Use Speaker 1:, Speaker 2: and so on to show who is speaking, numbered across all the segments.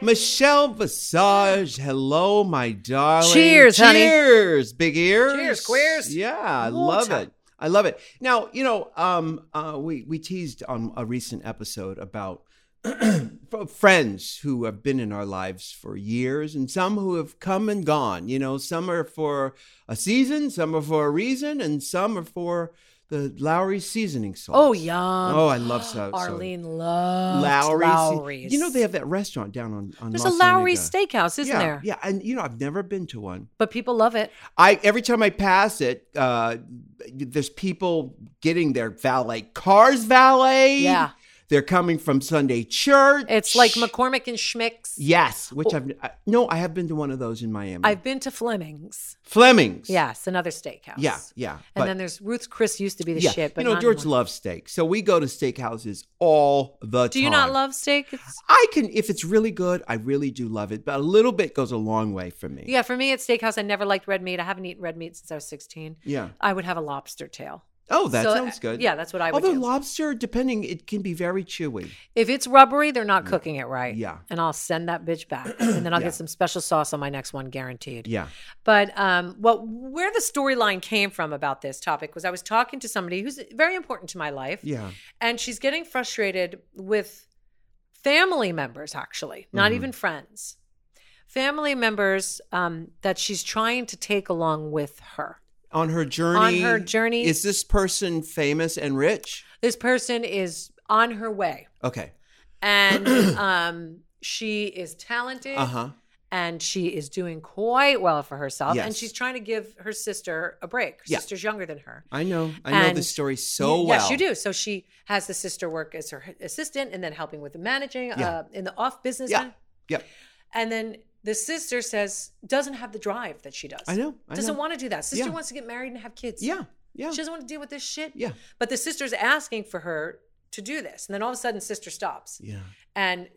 Speaker 1: Michelle Visage. Hello, my darling.
Speaker 2: Cheers, honey.
Speaker 1: Cheers, big ears.
Speaker 2: Cheers, queers.
Speaker 1: Yeah, I
Speaker 2: Water.
Speaker 1: love it. I love it. Now, you know, um, uh, we we teased on a recent episode about friends who have been in our lives for years, and some who have come and gone. You know, some are for a season, some are for a reason, and some are for the Lowry seasoning salt.
Speaker 2: Oh, yum.
Speaker 1: Oh, I love so. so-
Speaker 2: Arlene loves
Speaker 1: Lowry's.
Speaker 2: Lowry's.
Speaker 1: You know they have that restaurant down on. on
Speaker 2: There's
Speaker 1: La
Speaker 2: a Lowry's
Speaker 1: Cienega.
Speaker 2: Steakhouse, isn't
Speaker 1: yeah,
Speaker 2: there?
Speaker 1: Yeah, and you know I've never been to one.
Speaker 2: But people love it.
Speaker 1: I every time I pass it, uh, there's people getting their valet cars valet.
Speaker 2: Yeah.
Speaker 1: they're coming from Sunday church.
Speaker 2: It's like McCormick and Schmick's.
Speaker 1: Yes, which I've I, no, I have been to one of those in Miami.
Speaker 2: I've been to Fleming's.
Speaker 1: Fleming's.
Speaker 2: Yes, another steakhouse.
Speaker 1: yeah, yeah.
Speaker 2: And then there's Ruth's Chris used to be the
Speaker 1: yeah,
Speaker 2: shit, but
Speaker 1: you know
Speaker 2: not
Speaker 1: George
Speaker 2: anymore.
Speaker 1: loves steak, so we go to steakhouses all the time.
Speaker 2: Do you not love steak? It's-
Speaker 1: I can if it's really good, I really do love it, but a little bit goes a long way for me.
Speaker 2: yeah, for me at steakhouse, I never liked red meat. I haven't eaten red meat since I was 16.
Speaker 1: Yeah.
Speaker 2: I would have a lobster tail.
Speaker 1: Oh, that
Speaker 2: So, uh,
Speaker 1: sounds good.
Speaker 2: Yeah, that's what I would
Speaker 1: Although
Speaker 2: do.
Speaker 1: lobster, depending, it can be very chewy.
Speaker 2: if it's rubbery, they're not cooking it right.
Speaker 1: Yeah.
Speaker 2: And I'll send that bitch back. And then I'll
Speaker 1: Yeah.
Speaker 2: get some special sauce on my next one, guaranteed.
Speaker 1: Yeah.
Speaker 2: But um, what where the storyline came from about this topic was I was talking to somebody who's very important to my life,
Speaker 1: Yeah.
Speaker 2: and she's getting frustrated with family members, actually, not
Speaker 1: Mhm.
Speaker 2: even friends, family members um, that she's trying to take along with her.
Speaker 1: On her journey.
Speaker 2: On her journey-
Speaker 1: Is this person famous and rich?
Speaker 2: This person is on her way,
Speaker 1: Okay.
Speaker 2: and um, she is talented.
Speaker 1: Uh huh.
Speaker 2: and she is doing quite well for herself and
Speaker 1: Yes.
Speaker 2: she's trying to give her sister a break her
Speaker 1: Yeah.
Speaker 2: sister's younger than her
Speaker 1: I know. I know
Speaker 2: And
Speaker 1: this story so
Speaker 2: You-
Speaker 1: well.
Speaker 2: yes you do so she has the sister work as her assistant and then helping with the managing
Speaker 1: Yeah.
Speaker 2: uh, in the off business
Speaker 1: Yeah.
Speaker 2: end.
Speaker 1: Yep.
Speaker 2: and then the sister says doesn't have the drive that she does
Speaker 1: I know. I
Speaker 2: doesn't
Speaker 1: know.
Speaker 2: want to do that sister
Speaker 1: Yeah.
Speaker 2: wants to get married and have kids
Speaker 1: Yeah. Yeah.
Speaker 2: she doesn't want to deal with this shit
Speaker 1: Yeah.
Speaker 2: but the sister's asking for her to do this and then all of a sudden sister stops
Speaker 1: Yeah.
Speaker 2: and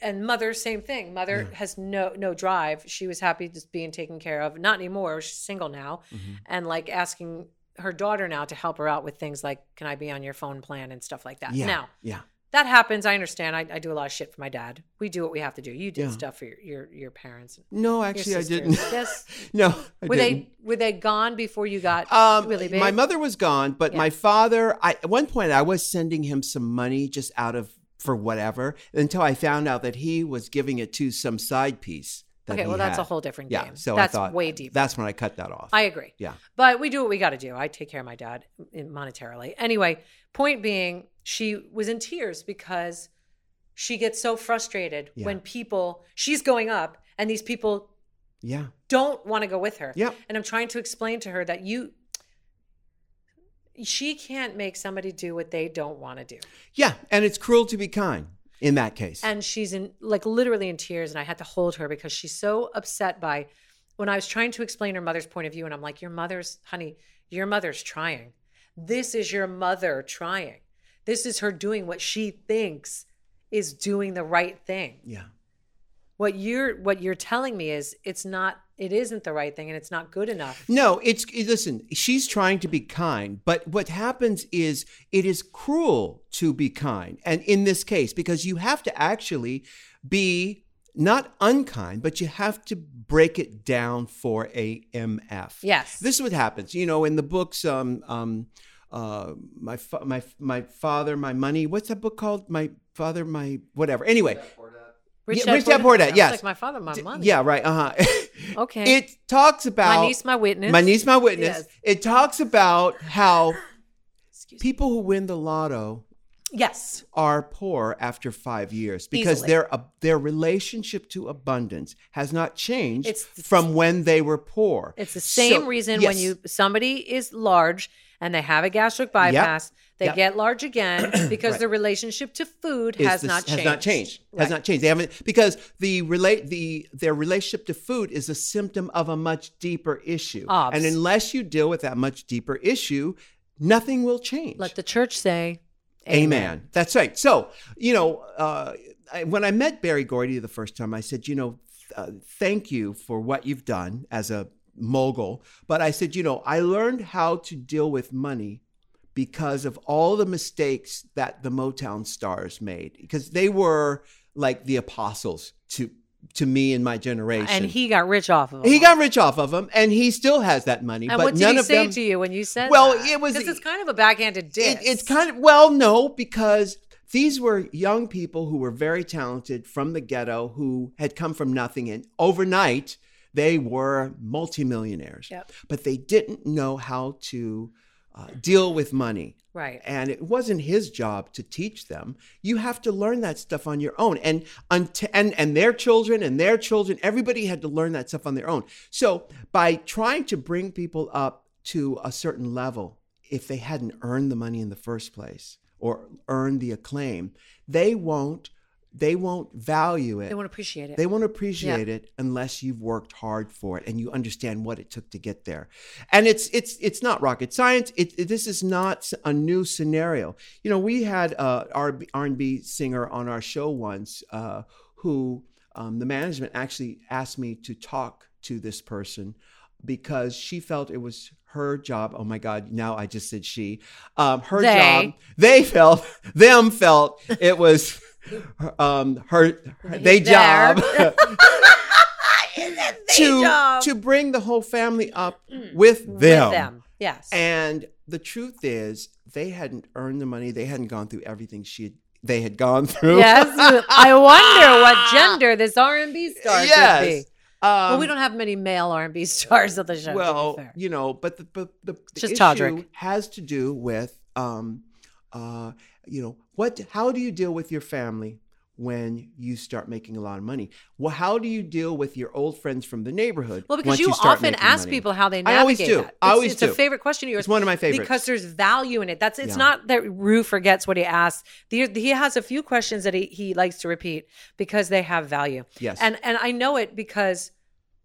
Speaker 2: and mother same thing mother has no no drive she was happy just being taken care of not anymore she's single now
Speaker 1: Mm-hmm.
Speaker 2: and like asking her daughter now to help her out with things like can i be on your phone plan and stuff like that
Speaker 1: Yeah.
Speaker 2: now
Speaker 1: Yeah.
Speaker 2: that happens i understand I, I do a lot of shit for my dad we do what we have to do you did
Speaker 1: Yeah.
Speaker 2: stuff for your your, your parents and
Speaker 1: No,
Speaker 2: your
Speaker 1: actually, I
Speaker 2: sisters.
Speaker 1: didn't.
Speaker 2: yes
Speaker 1: no. I
Speaker 2: were
Speaker 1: didn't.
Speaker 2: they were they gone before you got
Speaker 1: Um,
Speaker 2: really big
Speaker 1: my mother was gone, but
Speaker 2: Yeah.
Speaker 1: my father, I, at one point, I was sending him some money just out of for whatever until I found out that he was giving it to some side piece. That
Speaker 2: okay
Speaker 1: he
Speaker 2: well that's a
Speaker 1: had.
Speaker 2: whole different
Speaker 1: yeah.
Speaker 2: game
Speaker 1: So
Speaker 2: that's
Speaker 1: I thought
Speaker 2: way deeper
Speaker 1: That's when I cut that off.
Speaker 2: I agree.
Speaker 1: Yeah.
Speaker 2: But we do what we got to do. I take care of my dad eh, monetarily. Anyway, point being, she was in tears because she gets so frustrated
Speaker 1: Yeah.
Speaker 2: when people, she's going up and these people
Speaker 1: yeah,
Speaker 2: don't want to go with her.
Speaker 1: Yep.
Speaker 2: And I'm trying to explain to her that you, she can't make somebody do what they don't want to do.
Speaker 1: yeah, and it's cruel to be kind in that case.
Speaker 2: And she's in like literally in tears, and I had to hold her because she's so upset by when I was trying to explain her mother's point of view, and I'm like, Your mother's honey, your mother's trying. This is your mother trying. This is her doing what she thinks is doing the right thing.
Speaker 1: yeah,
Speaker 2: What you're what you're telling me is it's not it isn't the right thing and it's not good enough.
Speaker 1: no, it's it- listen. She's trying to be kind, but what happens is it is cruel to be kind, and in this case, because you have to actually be not unkind, but you have to break it down for a MF.
Speaker 2: Yes.
Speaker 1: This is what happens. You know, in the books, um, um, uh, my fa- my my father, my money. What's that book called? My father, my whatever. Anyway,
Speaker 2: Rich
Speaker 1: yeah,
Speaker 2: Dad
Speaker 1: Rich Dad Poor Dad,
Speaker 2: It's
Speaker 1: yes.
Speaker 2: Like my father, my mom.
Speaker 1: yeah, right. Uh huh.
Speaker 2: Okay.
Speaker 1: it talks about
Speaker 2: my niece, my witness.
Speaker 1: my niece, my witness.
Speaker 2: Yes.
Speaker 1: It talks about how
Speaker 2: Excuse me.
Speaker 1: people who win the lotto
Speaker 2: Yes.
Speaker 1: are poor after five years because
Speaker 2: Easily.
Speaker 1: their ab- their relationship to abundance has not changed
Speaker 2: It's-
Speaker 1: from when they were poor.
Speaker 2: It's the
Speaker 1: So-
Speaker 2: same reason when
Speaker 1: yes.
Speaker 2: you somebody is large and they have a gastric bypass, they
Speaker 1: Yep.
Speaker 2: get large again because
Speaker 1: Right.
Speaker 2: their relationship to food
Speaker 1: is
Speaker 2: has,
Speaker 1: the-
Speaker 2: not
Speaker 1: Has
Speaker 2: changed.
Speaker 1: not changed. Has
Speaker 2: Right.
Speaker 1: not changed. They haven't because the relate the their relationship to food is a symptom of a much deeper issue.
Speaker 2: Obs.
Speaker 1: And unless you deal with that much deeper issue, nothing will change.
Speaker 2: Let the church say,
Speaker 1: Amen. That's right. So, you know, uh, I, when I met Barry Gordy the first time, I said, you know, uh, thank you for what you've done as a mogul. But I said, you know, I learned how to deal with money because of all the mistakes that the Motown stars made, because they were like the apostles to to me and my generation.
Speaker 2: And he got rich off of it.
Speaker 1: He got rich off of them, and he still has that money.
Speaker 2: And
Speaker 1: but
Speaker 2: what did
Speaker 1: none
Speaker 2: he
Speaker 1: of
Speaker 2: say
Speaker 1: them,
Speaker 2: to you when you said
Speaker 1: Well,
Speaker 2: that?
Speaker 1: it was- e
Speaker 2: 'Cause it's kind of a backhanded diss.
Speaker 1: It, it's kind of well, no, because these were young people who were very talented from the ghetto who had come from nothing, and overnight they were multimillionaires.
Speaker 2: Yep.
Speaker 1: But they didn't know how to uh, deal with money.
Speaker 2: right.
Speaker 1: And it wasn't his job to teach them. You have to learn that stuff on your own. And unt- and and their children and their children, everybody had to learn that stuff on their own. So by trying to bring people up to a certain level, if they hadn't earned the money in the first place or earned the acclaim, they won't they won't value it.
Speaker 2: They won't appreciate it.
Speaker 1: They won't appreciate it unless you've worked hard for it and you understand what it took to get there. And it's it's it's not rocket science. It, it- this is not a new scenario. You know, we had uh, R and B singer on our show once uh, who um, the management actually asked me to talk to this person because she felt it was her job. Oh my God! Now I just said she. Um, her
Speaker 2: They.
Speaker 1: job. They felt. Them felt it was. Um, her, her they
Speaker 2: Their.
Speaker 1: job to
Speaker 2: job. Mm.
Speaker 1: to bring the whole family up with them.
Speaker 2: With them. Yes.
Speaker 1: And the truth is, they hadn't earned the money. They hadn't gone through everything she had, they had gone through.
Speaker 2: yes. I wonder what gender this R and B star
Speaker 1: Yes. Um,
Speaker 2: should be. well, we don't have many male R and B stars on the show. to be
Speaker 1: well,
Speaker 2: fair.
Speaker 1: you know, but the but the, the
Speaker 2: Just
Speaker 1: issue
Speaker 2: Todrick.
Speaker 1: has to do with um, uh, you know, what? How do you deal with your family when you start making a lot of money? Well, how do you deal with your old friends from the neighborhood?
Speaker 2: well, because
Speaker 1: once
Speaker 2: you,
Speaker 1: start
Speaker 2: often
Speaker 1: making
Speaker 2: ask
Speaker 1: money?
Speaker 2: people how they navigate
Speaker 1: I always do.
Speaker 2: that. It's,
Speaker 1: I always
Speaker 2: it's a
Speaker 1: do.
Speaker 2: favorite question of yours.
Speaker 1: It's one of my favorites.
Speaker 2: because there's value in it. That's it's
Speaker 1: Yeah.
Speaker 2: not that Rue forgets what he asks. The, he has a few questions that he, he likes to repeat because they have value.
Speaker 1: yes,
Speaker 2: And and I know it because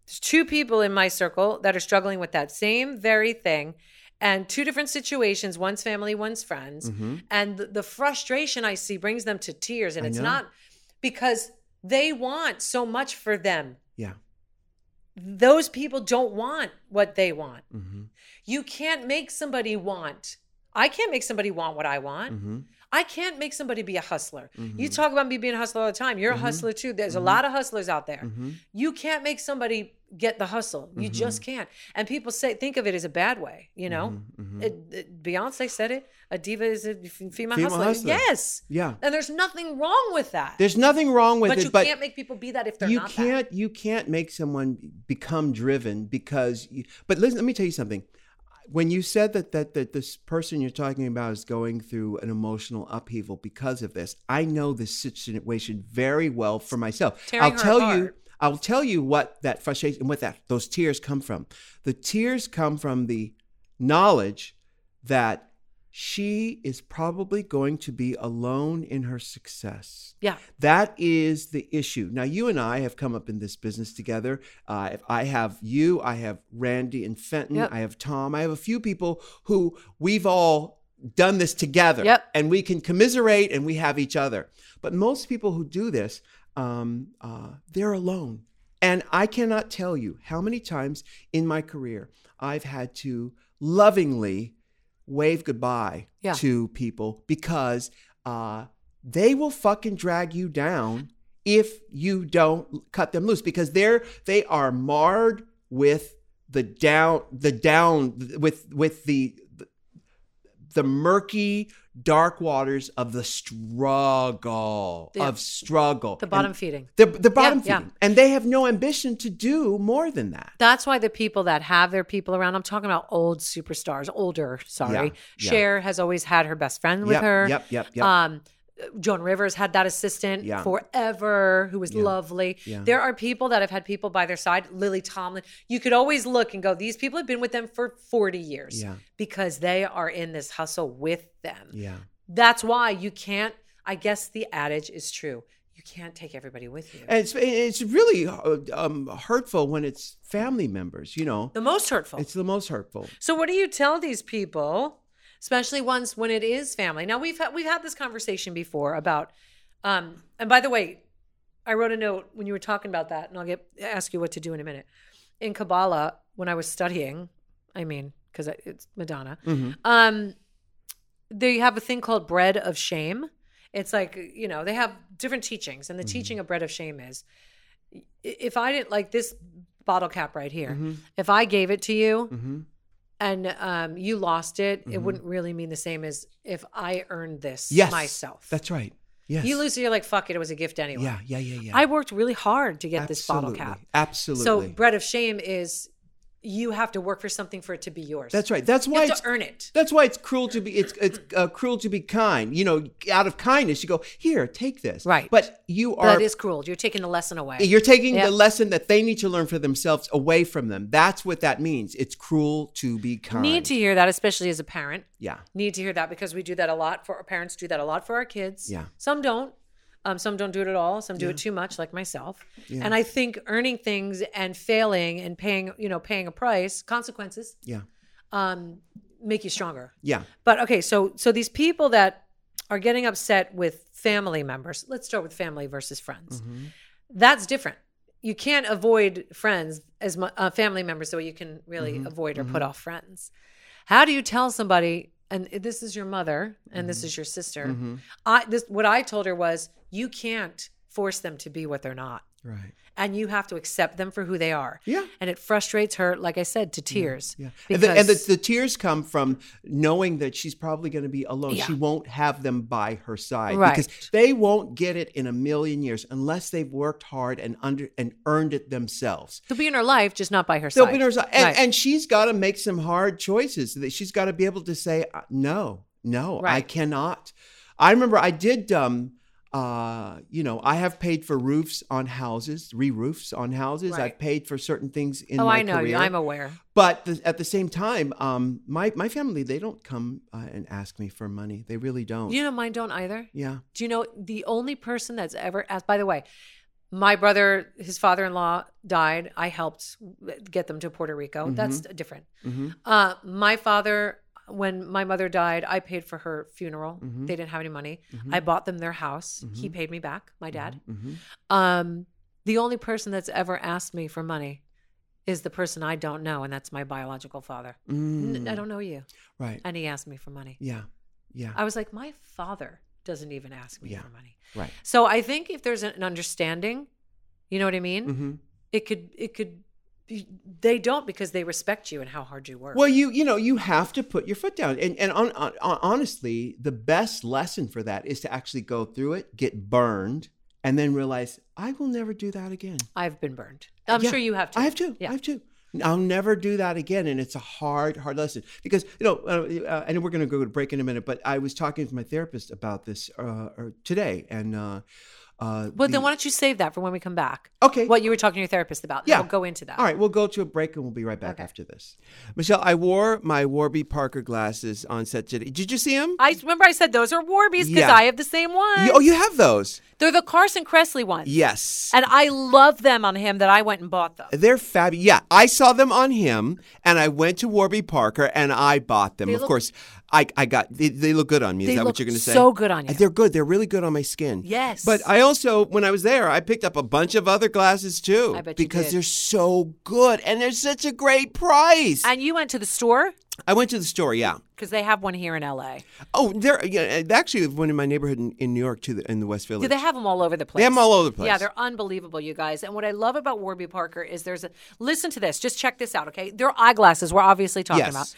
Speaker 2: there's two people in my circle that are struggling with that same very thing and two different situations, one's family, one's friends.
Speaker 1: Mhm.
Speaker 2: And the, the frustration I see brings them to tears and
Speaker 1: I
Speaker 2: it's
Speaker 1: know.
Speaker 2: not because they want so much for them.
Speaker 1: yeah,
Speaker 2: Those people don't want what they want.
Speaker 1: hmm
Speaker 2: You can't make somebody want. I can't make somebody want what I want.
Speaker 1: hmm
Speaker 2: I can't make somebody be a hustler.
Speaker 1: Mm-hmm.
Speaker 2: You talk about me being a hustler all the time. You're
Speaker 1: Mhm.
Speaker 2: a hustler too. There's
Speaker 1: Mhm.
Speaker 2: a lot of hustlers out there.
Speaker 1: hmm
Speaker 2: You can't make somebody get the hustle. You
Speaker 1: Mhm.
Speaker 2: just can't. And people say think of it as a bad way, you know?
Speaker 1: Mhm, mhm.
Speaker 2: It, it- Beyonce said it. A diva is a f- female,
Speaker 1: Female
Speaker 2: hustler.
Speaker 1: hustler.
Speaker 2: Yes.
Speaker 1: yeah.
Speaker 2: And there's nothing wrong with that.
Speaker 1: There's nothing wrong with
Speaker 2: but
Speaker 1: it,
Speaker 2: you
Speaker 1: but
Speaker 2: can't make people be that if they're
Speaker 1: you
Speaker 2: not that.
Speaker 1: can't you can't make someone become driven because you, but listen let me tell you something when you said that that that this person you're talking about is going through an emotional upheaval because of this i know this situation very well for myself
Speaker 2: Tearing
Speaker 1: i'll
Speaker 2: her
Speaker 1: tell you
Speaker 2: apart.
Speaker 1: i'll tell you what that frustration what that those tears come from the tears come from the knowledge that she is probably going to be alone in her success
Speaker 2: Yeah.
Speaker 1: that is the issue. Now, you and I have come up in this business together. Uh, if I have you, I have Randy and Fenton,
Speaker 2: Yep.
Speaker 1: I have Tom, I have a few people who we've all done this together.
Speaker 2: Yep.
Speaker 1: And we can commiserate and we have each other. But most people who do this, um, uh, they're alone. And I cannot tell you how many times in my career I've had to lovingly wave goodbye
Speaker 2: Yeah.
Speaker 1: to people because uh, they will fucking drag you down if you don't cut them loose because they're they are marred with the down the down with with the the murky dark waters of the struggle
Speaker 2: Yeah.
Speaker 1: of struggle
Speaker 2: The bottom
Speaker 1: And
Speaker 2: feeding.
Speaker 1: the, the bottom
Speaker 2: yeah.
Speaker 1: feeding. and they have no ambition to do more than that
Speaker 2: That's why the people that have their people around, I'm talking about old superstars, older, sorry.
Speaker 1: yeah.
Speaker 2: Cher has always had her best friend with
Speaker 1: yep,
Speaker 2: her.
Speaker 1: yep yep yep
Speaker 2: Um, Joan Rivers had that assistant
Speaker 1: Yeah.
Speaker 2: forever who was
Speaker 1: Yeah.
Speaker 2: lovely.
Speaker 1: Yeah.
Speaker 2: There are people that have had people by their side, Lily Tomlin. You could always look and go, these people have been with them for 40 years
Speaker 1: yeah
Speaker 2: because they are in this hustle with them.
Speaker 1: yeah
Speaker 2: That's why you can't, I guess the adage is true. You can't take everybody with you.
Speaker 1: And it's it's really uh, um, hurtful when it's family members. You know,
Speaker 2: the most hurtful.
Speaker 1: it's the most hurtful.
Speaker 2: So what do you tell these people, especially ones when it is family? Now we've had, we've had this conversation before about, um, and by the way, I wrote a note when you were talking about that, and I'll get ask you what to do in a minute. In Kabbalah, when I was studying, I mean, because it's Madonna,
Speaker 1: Uh,
Speaker 2: um, they have a thing called bread of
Speaker 1: Mm-hmm.
Speaker 2: shame. It's like you know they have different teachings, and the teaching of bread of shame is i- if I didn't like this bottle cap right here,
Speaker 1: hmm
Speaker 2: if I gave it to you
Speaker 1: hmm
Speaker 2: and um, you lost it, it
Speaker 1: Mhm.
Speaker 2: wouldn't really mean the same as if I earned this
Speaker 1: Yes,
Speaker 2: myself.
Speaker 1: That's right. Yes.
Speaker 2: You lose it, you're like, fuck it, it was a gift anyway.
Speaker 1: Yeah, yeah, yeah, yeah.
Speaker 2: I worked really hard to get this bottle
Speaker 1: Absolutely.
Speaker 2: cap.
Speaker 1: Absolutely.
Speaker 2: So bread of shame is you have to work for something for it to be yours.
Speaker 1: that's right. That's
Speaker 2: you
Speaker 1: why
Speaker 2: have
Speaker 1: it's
Speaker 2: to earn it.
Speaker 1: That's why it's cruel to be it's it's uh, cruel to be kind. You know, out of kindness, you go here, take this.
Speaker 2: Right.
Speaker 1: But you
Speaker 2: But
Speaker 1: are
Speaker 2: that is cruel. You're taking the lesson away.
Speaker 1: you're taking
Speaker 2: Yeah.
Speaker 1: the lesson that they need to learn for themselves away from them. That's what that means. It's cruel to be kind.
Speaker 2: Need to hear that, especially as a parent.
Speaker 1: Yeah.
Speaker 2: Need to hear that because we do that a lot for our parents. Do that a lot for our kids.
Speaker 1: Yeah.
Speaker 2: Some don't. Um, some don't do it at all. Some do it too much, like myself.
Speaker 1: Yeah.
Speaker 2: And I think earning things and failing and paying, you know, paying a price, consequences,
Speaker 1: Yeah.
Speaker 2: um, make you stronger.
Speaker 1: Yeah.
Speaker 2: But okay, so so these people that are getting upset with family members, let's start with family versus friends.
Speaker 1: Mm-hmm.
Speaker 2: That's different. You can't avoid friends as mu- uh, family members the way you can really
Speaker 1: Mm-hmm.
Speaker 2: avoid or put off friends. How do you tell somebody? And this is your mother, and
Speaker 1: Mm-hmm.
Speaker 2: this is your sister. I this what I told her was you can't force them to be what they're not,
Speaker 1: Right.
Speaker 2: and you have to accept them for who they are.
Speaker 1: Yeah.
Speaker 2: And it frustrates her, like I said, to tears.
Speaker 1: Yeah.
Speaker 2: Because,
Speaker 1: and the, and the, the tears come from knowing that she's probably going to be alone.
Speaker 2: Yeah.
Speaker 1: She won't have them by her side
Speaker 2: Right.
Speaker 1: because they won't get it in a million years unless they've worked hard and under and earned it themselves.
Speaker 2: they'll be in her life, just not by her
Speaker 1: So
Speaker 2: side.
Speaker 1: winners, and,
Speaker 2: Right.
Speaker 1: and she's got to make some hard choices. That she's got to be able to say uh, no, no, I
Speaker 2: Right.
Speaker 1: cannot. I remember I did. Um, uh, you know, I have paid for roofs on houses, re-roofs on houses.
Speaker 2: Right.
Speaker 1: I've paid for certain things in
Speaker 2: oh,
Speaker 1: my
Speaker 2: I know
Speaker 1: career.
Speaker 2: you. I'm aware.
Speaker 1: but the, at the same time, um, my my family they don't come uh, and ask me for money. They really don't.
Speaker 2: You know, mine don't either.
Speaker 1: yeah.
Speaker 2: Do you know the only person that's ever asked? By the way, my brother, his father in law died. I helped get them to Puerto Rico.
Speaker 1: Mm-hmm.
Speaker 2: That's different.
Speaker 1: Mhm.
Speaker 2: Uh, my father, when my mother died, I paid for her funeral.
Speaker 1: Mhm.
Speaker 2: They didn't have any money.
Speaker 1: Mhm.
Speaker 2: I bought them their house. He
Speaker 1: Mhm.
Speaker 2: paid me back, my dad.
Speaker 1: Mhm.
Speaker 2: Um, the only person that's ever asked me for money is the person I don't know, and that's my biological father.
Speaker 1: Mm.
Speaker 2: N- I don't know you.
Speaker 1: Right.
Speaker 2: And he asked me for money.
Speaker 1: Yeah. Yeah.
Speaker 2: I was like, my father doesn't even ask me
Speaker 1: Yeah.
Speaker 2: for money.
Speaker 1: Right.
Speaker 2: So I think if there's an understanding, you know what I mean?
Speaker 1: hmm
Speaker 2: It could it could be, they don't because they respect you and how hard you work.
Speaker 1: Well, you you know you have to put your foot down, and and on, on, on- honestly, the best lesson for that is to actually go through it, get burned, and then realize I will never do that again.
Speaker 2: I've been burned. I'm
Speaker 1: Yeah.
Speaker 2: sure you have too.
Speaker 1: I have to.
Speaker 2: Yeah.
Speaker 1: I have to. I'll never do that again, and it's a hard, hard lesson because you know. Uh, uh, and we're going to go to break in a minute, but I was talking to my therapist about this uh, uh, today, and uh, uh,
Speaker 2: Well,
Speaker 1: the-
Speaker 2: then why don't you save that for when we come back?
Speaker 1: okay,
Speaker 2: What you were talking to your therapist about.
Speaker 1: Yeah.
Speaker 2: We'll go into that.
Speaker 1: All right, we'll go to a break and we'll be right back
Speaker 2: Okay.
Speaker 1: after this. Michelle, I wore my Warby Parker glasses on set today. Did you see them?
Speaker 2: I remember I said those are Warbies because
Speaker 1: Yeah.
Speaker 2: I have the same one.
Speaker 1: You- oh, you have those?
Speaker 2: They're the Carson Kressley ones.
Speaker 1: Yes.
Speaker 2: And I love them on him that I went and bought them.
Speaker 1: They're fabulous. Yeah, I saw them on him, and I went to Warby Parker and I bought them.
Speaker 2: They
Speaker 1: of
Speaker 2: look-
Speaker 1: course, I, I got they, they look good on me. Is
Speaker 2: They
Speaker 1: that
Speaker 2: look
Speaker 1: what you're going to say?
Speaker 2: so good on you.
Speaker 1: They're good. They're really good on my skin.
Speaker 2: Yes.
Speaker 1: But I also, when I was there, I picked up a bunch of other glasses too.
Speaker 2: I bet you
Speaker 1: because
Speaker 2: did.
Speaker 1: they're so good and they're such a great price.
Speaker 2: And you went to the store
Speaker 1: I went to the store. Yeah.
Speaker 2: because they have one here in LA.
Speaker 1: Oh, there. Yeah, and actually, there's one in my neighborhood in, in New York too, in the West Village.
Speaker 2: Do they have them all over the place?
Speaker 1: They have 'em all over the place.
Speaker 2: Yeah, they're unbelievable, you guys. And what I love about Warby Parker is there's a listen to this. Just check this out, okay? Their eyeglasses we're obviously talking
Speaker 1: Yes.
Speaker 2: about.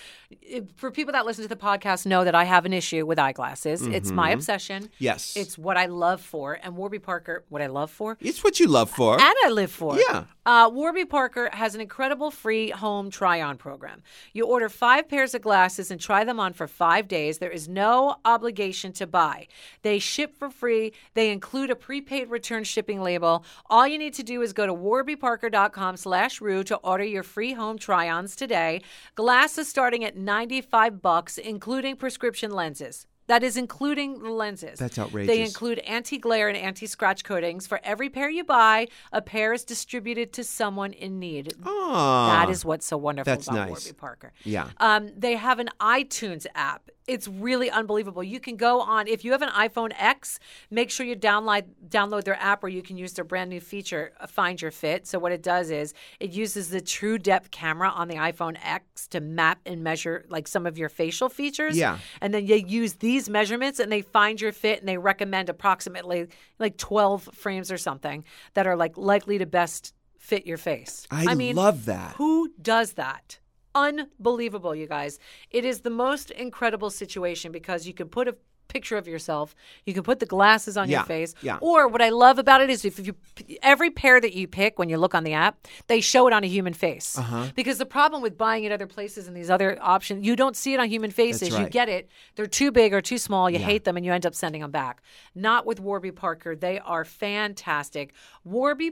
Speaker 2: Uh, For people that listen to the podcast, know that I have an issue with eyeglasses. It's my obsession.
Speaker 1: Mm-hmm. Yes.
Speaker 2: it's what I love for, and Warby Parker, what I love for.
Speaker 1: it's what you love for.
Speaker 2: And I live for.
Speaker 1: Yeah.
Speaker 2: Uh, Warby Parker has an incredible free home try on program. You order five pairs of glasses and try them on for five days. There is no obligation to buy. They ship for free. They include a prepaid return shipping label. All you need to do is go to warbyparker.com slash rue to order your free home try ons today. Glasses starting at 95 bucks, including prescription lenses. That is including the lenses.
Speaker 1: That's
Speaker 2: They
Speaker 1: outrageous.
Speaker 2: include anti glare and anti scratch coatings. For every pair you buy, a pair is distributed to someone in need.
Speaker 1: Aw.
Speaker 2: That is what's so wonderful
Speaker 1: that's
Speaker 2: about
Speaker 1: nice.
Speaker 2: Warby Parker.
Speaker 1: Ah. Yeah.
Speaker 2: Um, they have an iTunes app. it's really unbelievable. You can go on if you have an iPhone X, make sure you download download their app, or you can use their brand new feature, uh, Find Your Fit. So what it does is it uses the True Depth camera on the iPhone X to map and measure like some of your facial features.
Speaker 1: Yeah.
Speaker 2: and then they use these measurements and they find your fit and they recommend approximately like twelve frames or something that are like likely to best fit your face.
Speaker 1: I,
Speaker 2: mean,
Speaker 1: love that.
Speaker 2: who does that? Unbelievable, you guys. It is the most incredible situation because you can put a picture of yourself, you can put the glasses on your
Speaker 1: Yeah,
Speaker 2: face.
Speaker 1: yeah.
Speaker 2: Or what I love about it is if you every pair that you pick when you look on the app, they show it on a human face.
Speaker 1: Uh-huh.
Speaker 2: Because the problem with buying it other places and these other options, you don't see it on human faces. You
Speaker 1: right.
Speaker 2: get it, they're too big or too small, you hate them and you end up sending them back. Not with Warby Parker. They are fantastic.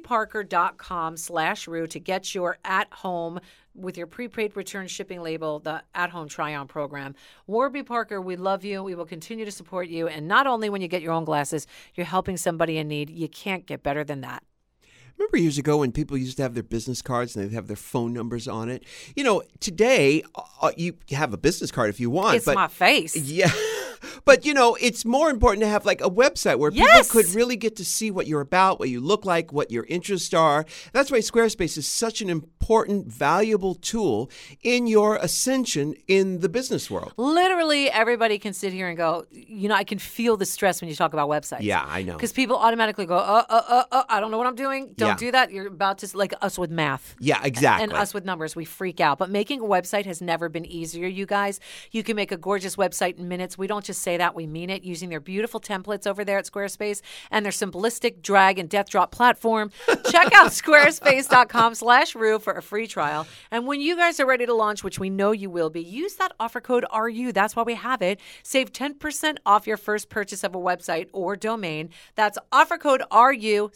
Speaker 2: WarbyParker.com slash rue to get your at home with your prepaid return shipping label, the at home try on program. Warby Parker, we love you. We will continue to support you. And not only when you get your own glasses, you're helping somebody in need. You can't get better than that.
Speaker 1: Remember years ago when people used to have their business cards and they'd have their phone numbers on it? You know, today uh, you have a business card if you want,
Speaker 2: It's
Speaker 1: but
Speaker 2: my face.
Speaker 1: yeah. But you know, it's more important to have like a website where
Speaker 2: Yes!
Speaker 1: people could really get to see what you're about, what you look like, what your interests are. That's why Squarespace is such an important, valuable tool in your ascension in the business world.
Speaker 2: Literally, everybody can sit here and go, you know, I can feel the stress when you talk about websites.
Speaker 1: Yeah, I know.
Speaker 2: Because people automatically go, uh, uh, uh, uh, I don't know what I'm doing. Don't
Speaker 1: Yeah.
Speaker 2: do that. You're about to, s- like us with math.
Speaker 1: Yeah, exactly.
Speaker 2: And us with numbers, we freak out. But making a website has never been easier, you guys. You can make a gorgeous website in minutes. We don't just say that, we mean it using their beautiful templates over there at Squarespace and their simplistic drag and death drop platform. Check out squarespace.com slash rue for a free trial. And when you guys are ready to launch, which we know you will be, use that offer code RU. That's why we have it. Save 10% off your first purchase of a website or domain. That's offer code RU,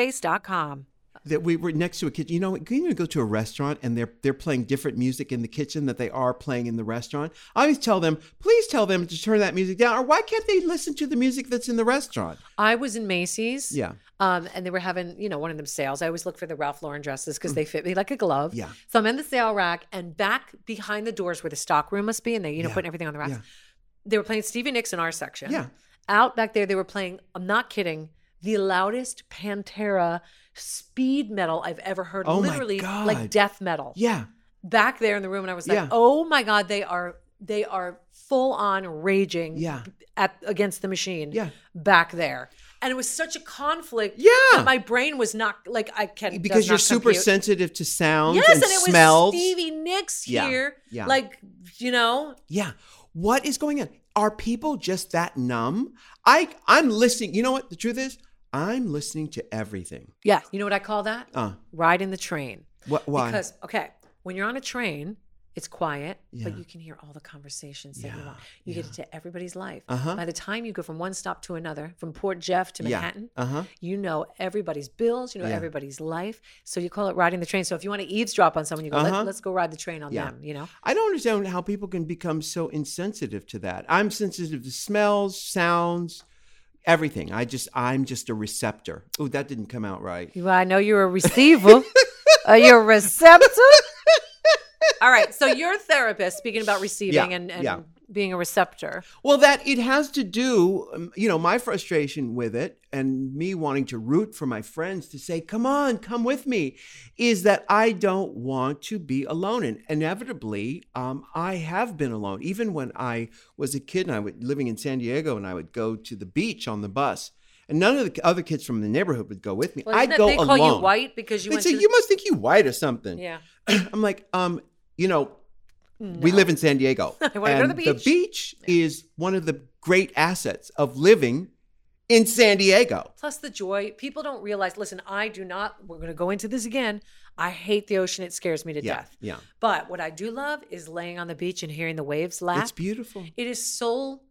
Speaker 2: squarespace.com.
Speaker 1: that we were next to a kitchen. You know, can you go to a restaurant and they're they're playing different music in the kitchen that they are playing in the restaurant? I always tell them, please tell them to turn that music down, or why can't they listen to the music that's in the restaurant?
Speaker 2: I was in Macy's.
Speaker 1: Yeah.
Speaker 2: Um, and they were having, you know, one of them sales. I always look for the Ralph Lauren dresses because they fit me like a glove.
Speaker 1: Mm. Yeah.
Speaker 2: So I'm in the sale rack and back behind the doors where the stock room must be, and they, you know,
Speaker 1: Yeah.
Speaker 2: putting everything on the racks.
Speaker 1: Yeah.
Speaker 2: They were playing Stevie Nicks in our section.
Speaker 1: Yeah.
Speaker 2: Out back there, they were playing, I'm not kidding, the loudest Pantera speed metal I've ever heard.
Speaker 1: Oh my
Speaker 2: Literally like
Speaker 1: God.
Speaker 2: death metal
Speaker 1: Yeah.
Speaker 2: back there in the room and I was like,
Speaker 1: Yeah.
Speaker 2: "Oh my god, they are they are full on raging
Speaker 1: Yeah.
Speaker 2: at against the machine
Speaker 1: Yeah.
Speaker 2: back there." And it was such a conflict
Speaker 1: Yeah.
Speaker 2: that my brain was not like I can
Speaker 1: Because
Speaker 2: does
Speaker 1: you're
Speaker 2: not
Speaker 1: super
Speaker 2: compute.
Speaker 1: sensitive to sounds
Speaker 2: Yes,
Speaker 1: and,
Speaker 2: and it was
Speaker 1: smells.
Speaker 2: Stevie Nicks
Speaker 1: Yeah,
Speaker 2: here.
Speaker 1: yeah.
Speaker 2: Like, you know,
Speaker 1: Yeah. What is going on? Are people just that numb? I I'm listening. You know what? The truth is, I'm listening to everything.
Speaker 2: yeah, you know what I call that?
Speaker 1: Uh,
Speaker 2: Riding the train.
Speaker 1: what? Why?
Speaker 2: Because okay, when you're on a train, it's quiet,
Speaker 1: Yeah.
Speaker 2: but you can hear all the conversations that you want. You get into everybody's life.
Speaker 1: Uh-huh.
Speaker 2: By the time you go from one stop to another, from Port Jeff to
Speaker 1: Yeah.
Speaker 2: Manhattan,
Speaker 1: Uh-huh.
Speaker 2: you know everybody's bills, you know
Speaker 1: Yeah.
Speaker 2: everybody's life. So you call it riding the train. So if you want to eavesdrop on someone, you go,
Speaker 1: Uh-huh.
Speaker 2: Let, us go ride the train on
Speaker 1: Yeah.
Speaker 2: them. You know,
Speaker 1: I don't understand how people can become so insensitive to that. I'm sensitive to smells, sounds, everything. I just I'm just a receptor. Oh, that didn't come out right.
Speaker 2: You- I know you're a receiver. Are you a receptor? All right. So your therapist, speaking about receiving and, and
Speaker 1: yeah.
Speaker 2: being a receptor.
Speaker 1: Well, that it has to do, um, you know, my frustration with it and me wanting to root for my friends to say, come on, come with me, is that I don't want to be alone. And inevitably, um, I have been alone. Even when I was a kid and I was living in San Diego and I would go to the beach on the bus. And none of the other kids from the neighborhood would go with me.
Speaker 2: Well,
Speaker 1: I'd
Speaker 2: isn't it-
Speaker 1: go
Speaker 2: they
Speaker 1: alone.
Speaker 2: call you white because you
Speaker 1: They'd
Speaker 2: went
Speaker 1: say,
Speaker 2: to the-
Speaker 1: you must think you white or something.
Speaker 2: yeah.
Speaker 1: I'm like, um, you know, we live in San Diego.
Speaker 2: I wanna go to
Speaker 1: and
Speaker 2: the beach.
Speaker 1: is one of the great assets of living in San Diego.
Speaker 2: Plus the joy. People don't realize, listen, I do not, we're going to go into this again. I hate the ocean. It scares me to
Speaker 1: Yeah,
Speaker 2: death.
Speaker 1: yeah.
Speaker 2: But what I do love is laying on the beach and hearing the waves laugh.
Speaker 1: It's Oh. beautiful.
Speaker 2: It is soul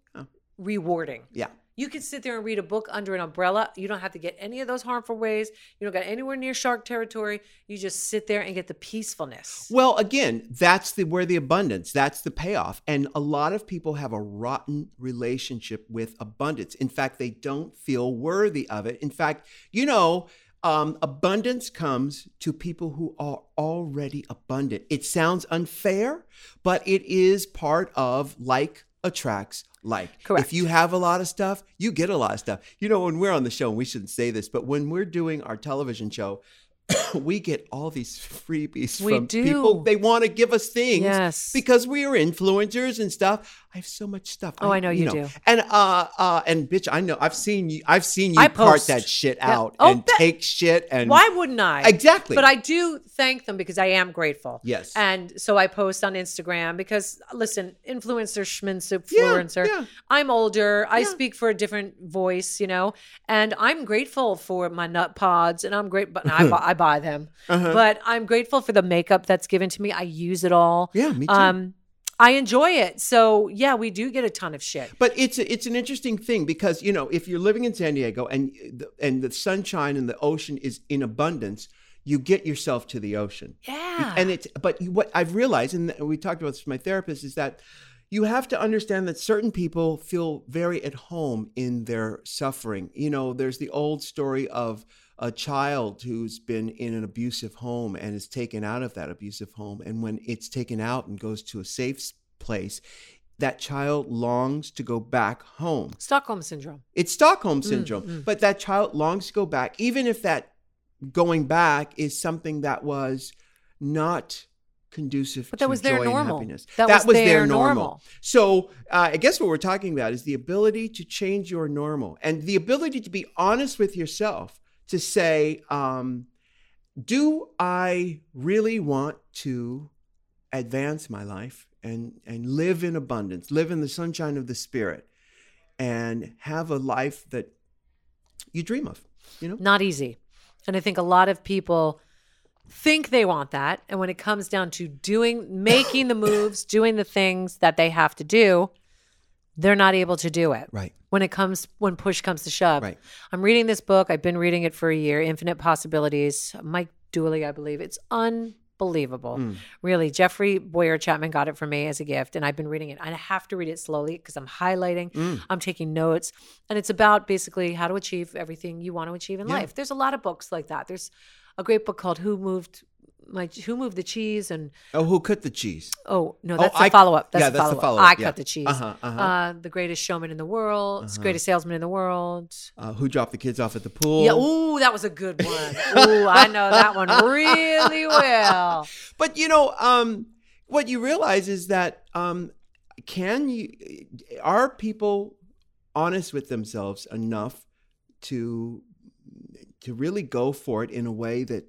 Speaker 2: rewarding.
Speaker 1: Yeah.
Speaker 2: You can sit there and read a book under an umbrella. You don't have to get any of those harmful ways. You don't got anywhere near shark territory. You just sit there and get the peacefulness.
Speaker 1: Well, again, that's the where the abundance, that's the payoff. And a lot of people have a rotten relationship with abundance. In fact, they don't feel worthy of it. In fact, you know, um, abundance comes to people who are already abundant. It sounds unfair, but it is part of like attracts like.
Speaker 2: Correct.
Speaker 1: If you have a lot of stuff, you get a lot of stuff. You know, when we're on the show, and we shouldn't say this, but when we're doing our television show, we get all these freebies
Speaker 2: We
Speaker 1: from
Speaker 2: do.
Speaker 1: people. They want to give us things
Speaker 2: Yes.
Speaker 1: because we are influencers and stuff. I have so much stuff.
Speaker 2: Oh, I know you do.
Speaker 1: And uh, uh, and bitch, I know. I've seen you. I've seen you
Speaker 2: I
Speaker 1: part
Speaker 2: post.
Speaker 1: that shit
Speaker 2: Yeah.
Speaker 1: out
Speaker 2: Oh,
Speaker 1: and
Speaker 2: bet-
Speaker 1: take shit and
Speaker 2: Why wouldn't I?
Speaker 1: exactly.
Speaker 2: But I do thank them because I am grateful.
Speaker 1: Yes.
Speaker 2: And so I post on Instagram because listen, influencer, schmincer,
Speaker 1: Yeah,
Speaker 2: influencer.
Speaker 1: yeah.
Speaker 2: I'm older. I
Speaker 1: Yeah.
Speaker 2: speak for a different voice, you know, and I'm grateful for my nut pods, and I'm great, but I, bu- I buy them.
Speaker 1: Uh-huh.
Speaker 2: But I'm grateful for the makeup that's given to me. I use it all.
Speaker 1: Yeah, me too.
Speaker 2: Um, I enjoy it. So yeah, we do get a ton of shit.
Speaker 1: But it's it's an interesting thing because you know if you're living in San Diego and the, and the sunshine and the ocean is in abundance, you get yourself to the ocean.
Speaker 2: Yeah.
Speaker 1: And it's but you, what I've realized, and we talked about this with my therapist, is that you have to understand that certain people feel very at home in their suffering. You know, there's the old story of a child who's been in an abusive home and is taken out of that abusive home, and when it's taken out and goes to a safe s- place. That child longs to go back home.
Speaker 2: Stockholm syndrome.
Speaker 1: It's Stockholm
Speaker 2: Mm,
Speaker 1: syndrome. But that child longs to go back, even if that going back is something that was not conducive
Speaker 2: But that
Speaker 1: to
Speaker 2: was their
Speaker 1: joy and
Speaker 2: normal.
Speaker 1: happiness.
Speaker 2: That was their normal.
Speaker 1: So uh, I guess what we're talking about is the ability to change your normal and the ability to be honest with yourself to say, um, do I really want to advance my life and and live in abundance, live in the sunshine of the spirit, and have a life that you dream of. You know,
Speaker 2: Not easy. And I think a lot of people think they want that. And when it comes down to doing, making the moves, doing the things that they have to do, they're not able to do it.
Speaker 1: right?
Speaker 2: When it comes, when push comes to shove.
Speaker 1: Right.
Speaker 2: I'm reading this book. I've been reading it for a year Infinite Possibilities, Mike Dooley, I believe. It's unbelievable.
Speaker 1: Hmm.
Speaker 2: Really. Jeffrey Boyer Chapman got it for me as a gift, and I've been reading it. I have to read it slowly because I'm highlighting,
Speaker 1: Hmm.
Speaker 2: I'm taking notes. And it's about basically how to achieve everything you want to achieve in life. There's a lot of books like that. There's a great book called Who Moved. My, who moved the cheese and
Speaker 1: Oh, who cut the cheese?
Speaker 2: oh no that's
Speaker 1: I-
Speaker 2: the follow up that's,
Speaker 1: yeah,
Speaker 2: the,
Speaker 1: that's the
Speaker 2: follow-up.
Speaker 1: follow-up,
Speaker 2: I
Speaker 1: yeah.
Speaker 2: cut the cheese
Speaker 1: Uh-huh, uh-huh.
Speaker 2: Uh, the greatest showman in the world greatest salesman in the world
Speaker 1: Uh, who dropped the kids off at the pool?
Speaker 2: yeah, ooh, that was a good one. Ooh, I know that one really well.
Speaker 1: But you know, um, what you realize is that um, can you are people honest with themselves enough to to really go for it in a way that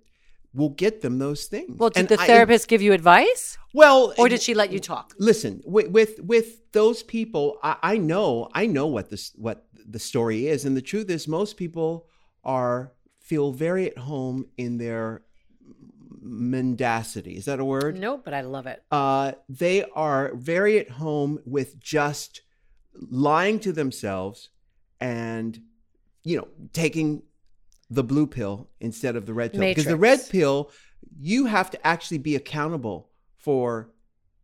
Speaker 1: will get them those things?
Speaker 2: Well, did
Speaker 1: And
Speaker 2: the
Speaker 1: I-
Speaker 2: therapist give you advice,
Speaker 1: well,
Speaker 2: or did she let you talk?
Speaker 1: listen with with, with those people? I, I know, I know what this what the story is, and the truth is, most people are feel very at home in their mendacity. Is that a word?
Speaker 2: No, but I love it.
Speaker 1: uh, they are very at home with just lying to themselves and you know taking the blue pill instead of the red pill because the red
Speaker 2: Matrix.
Speaker 1: pill you have to actually be accountable for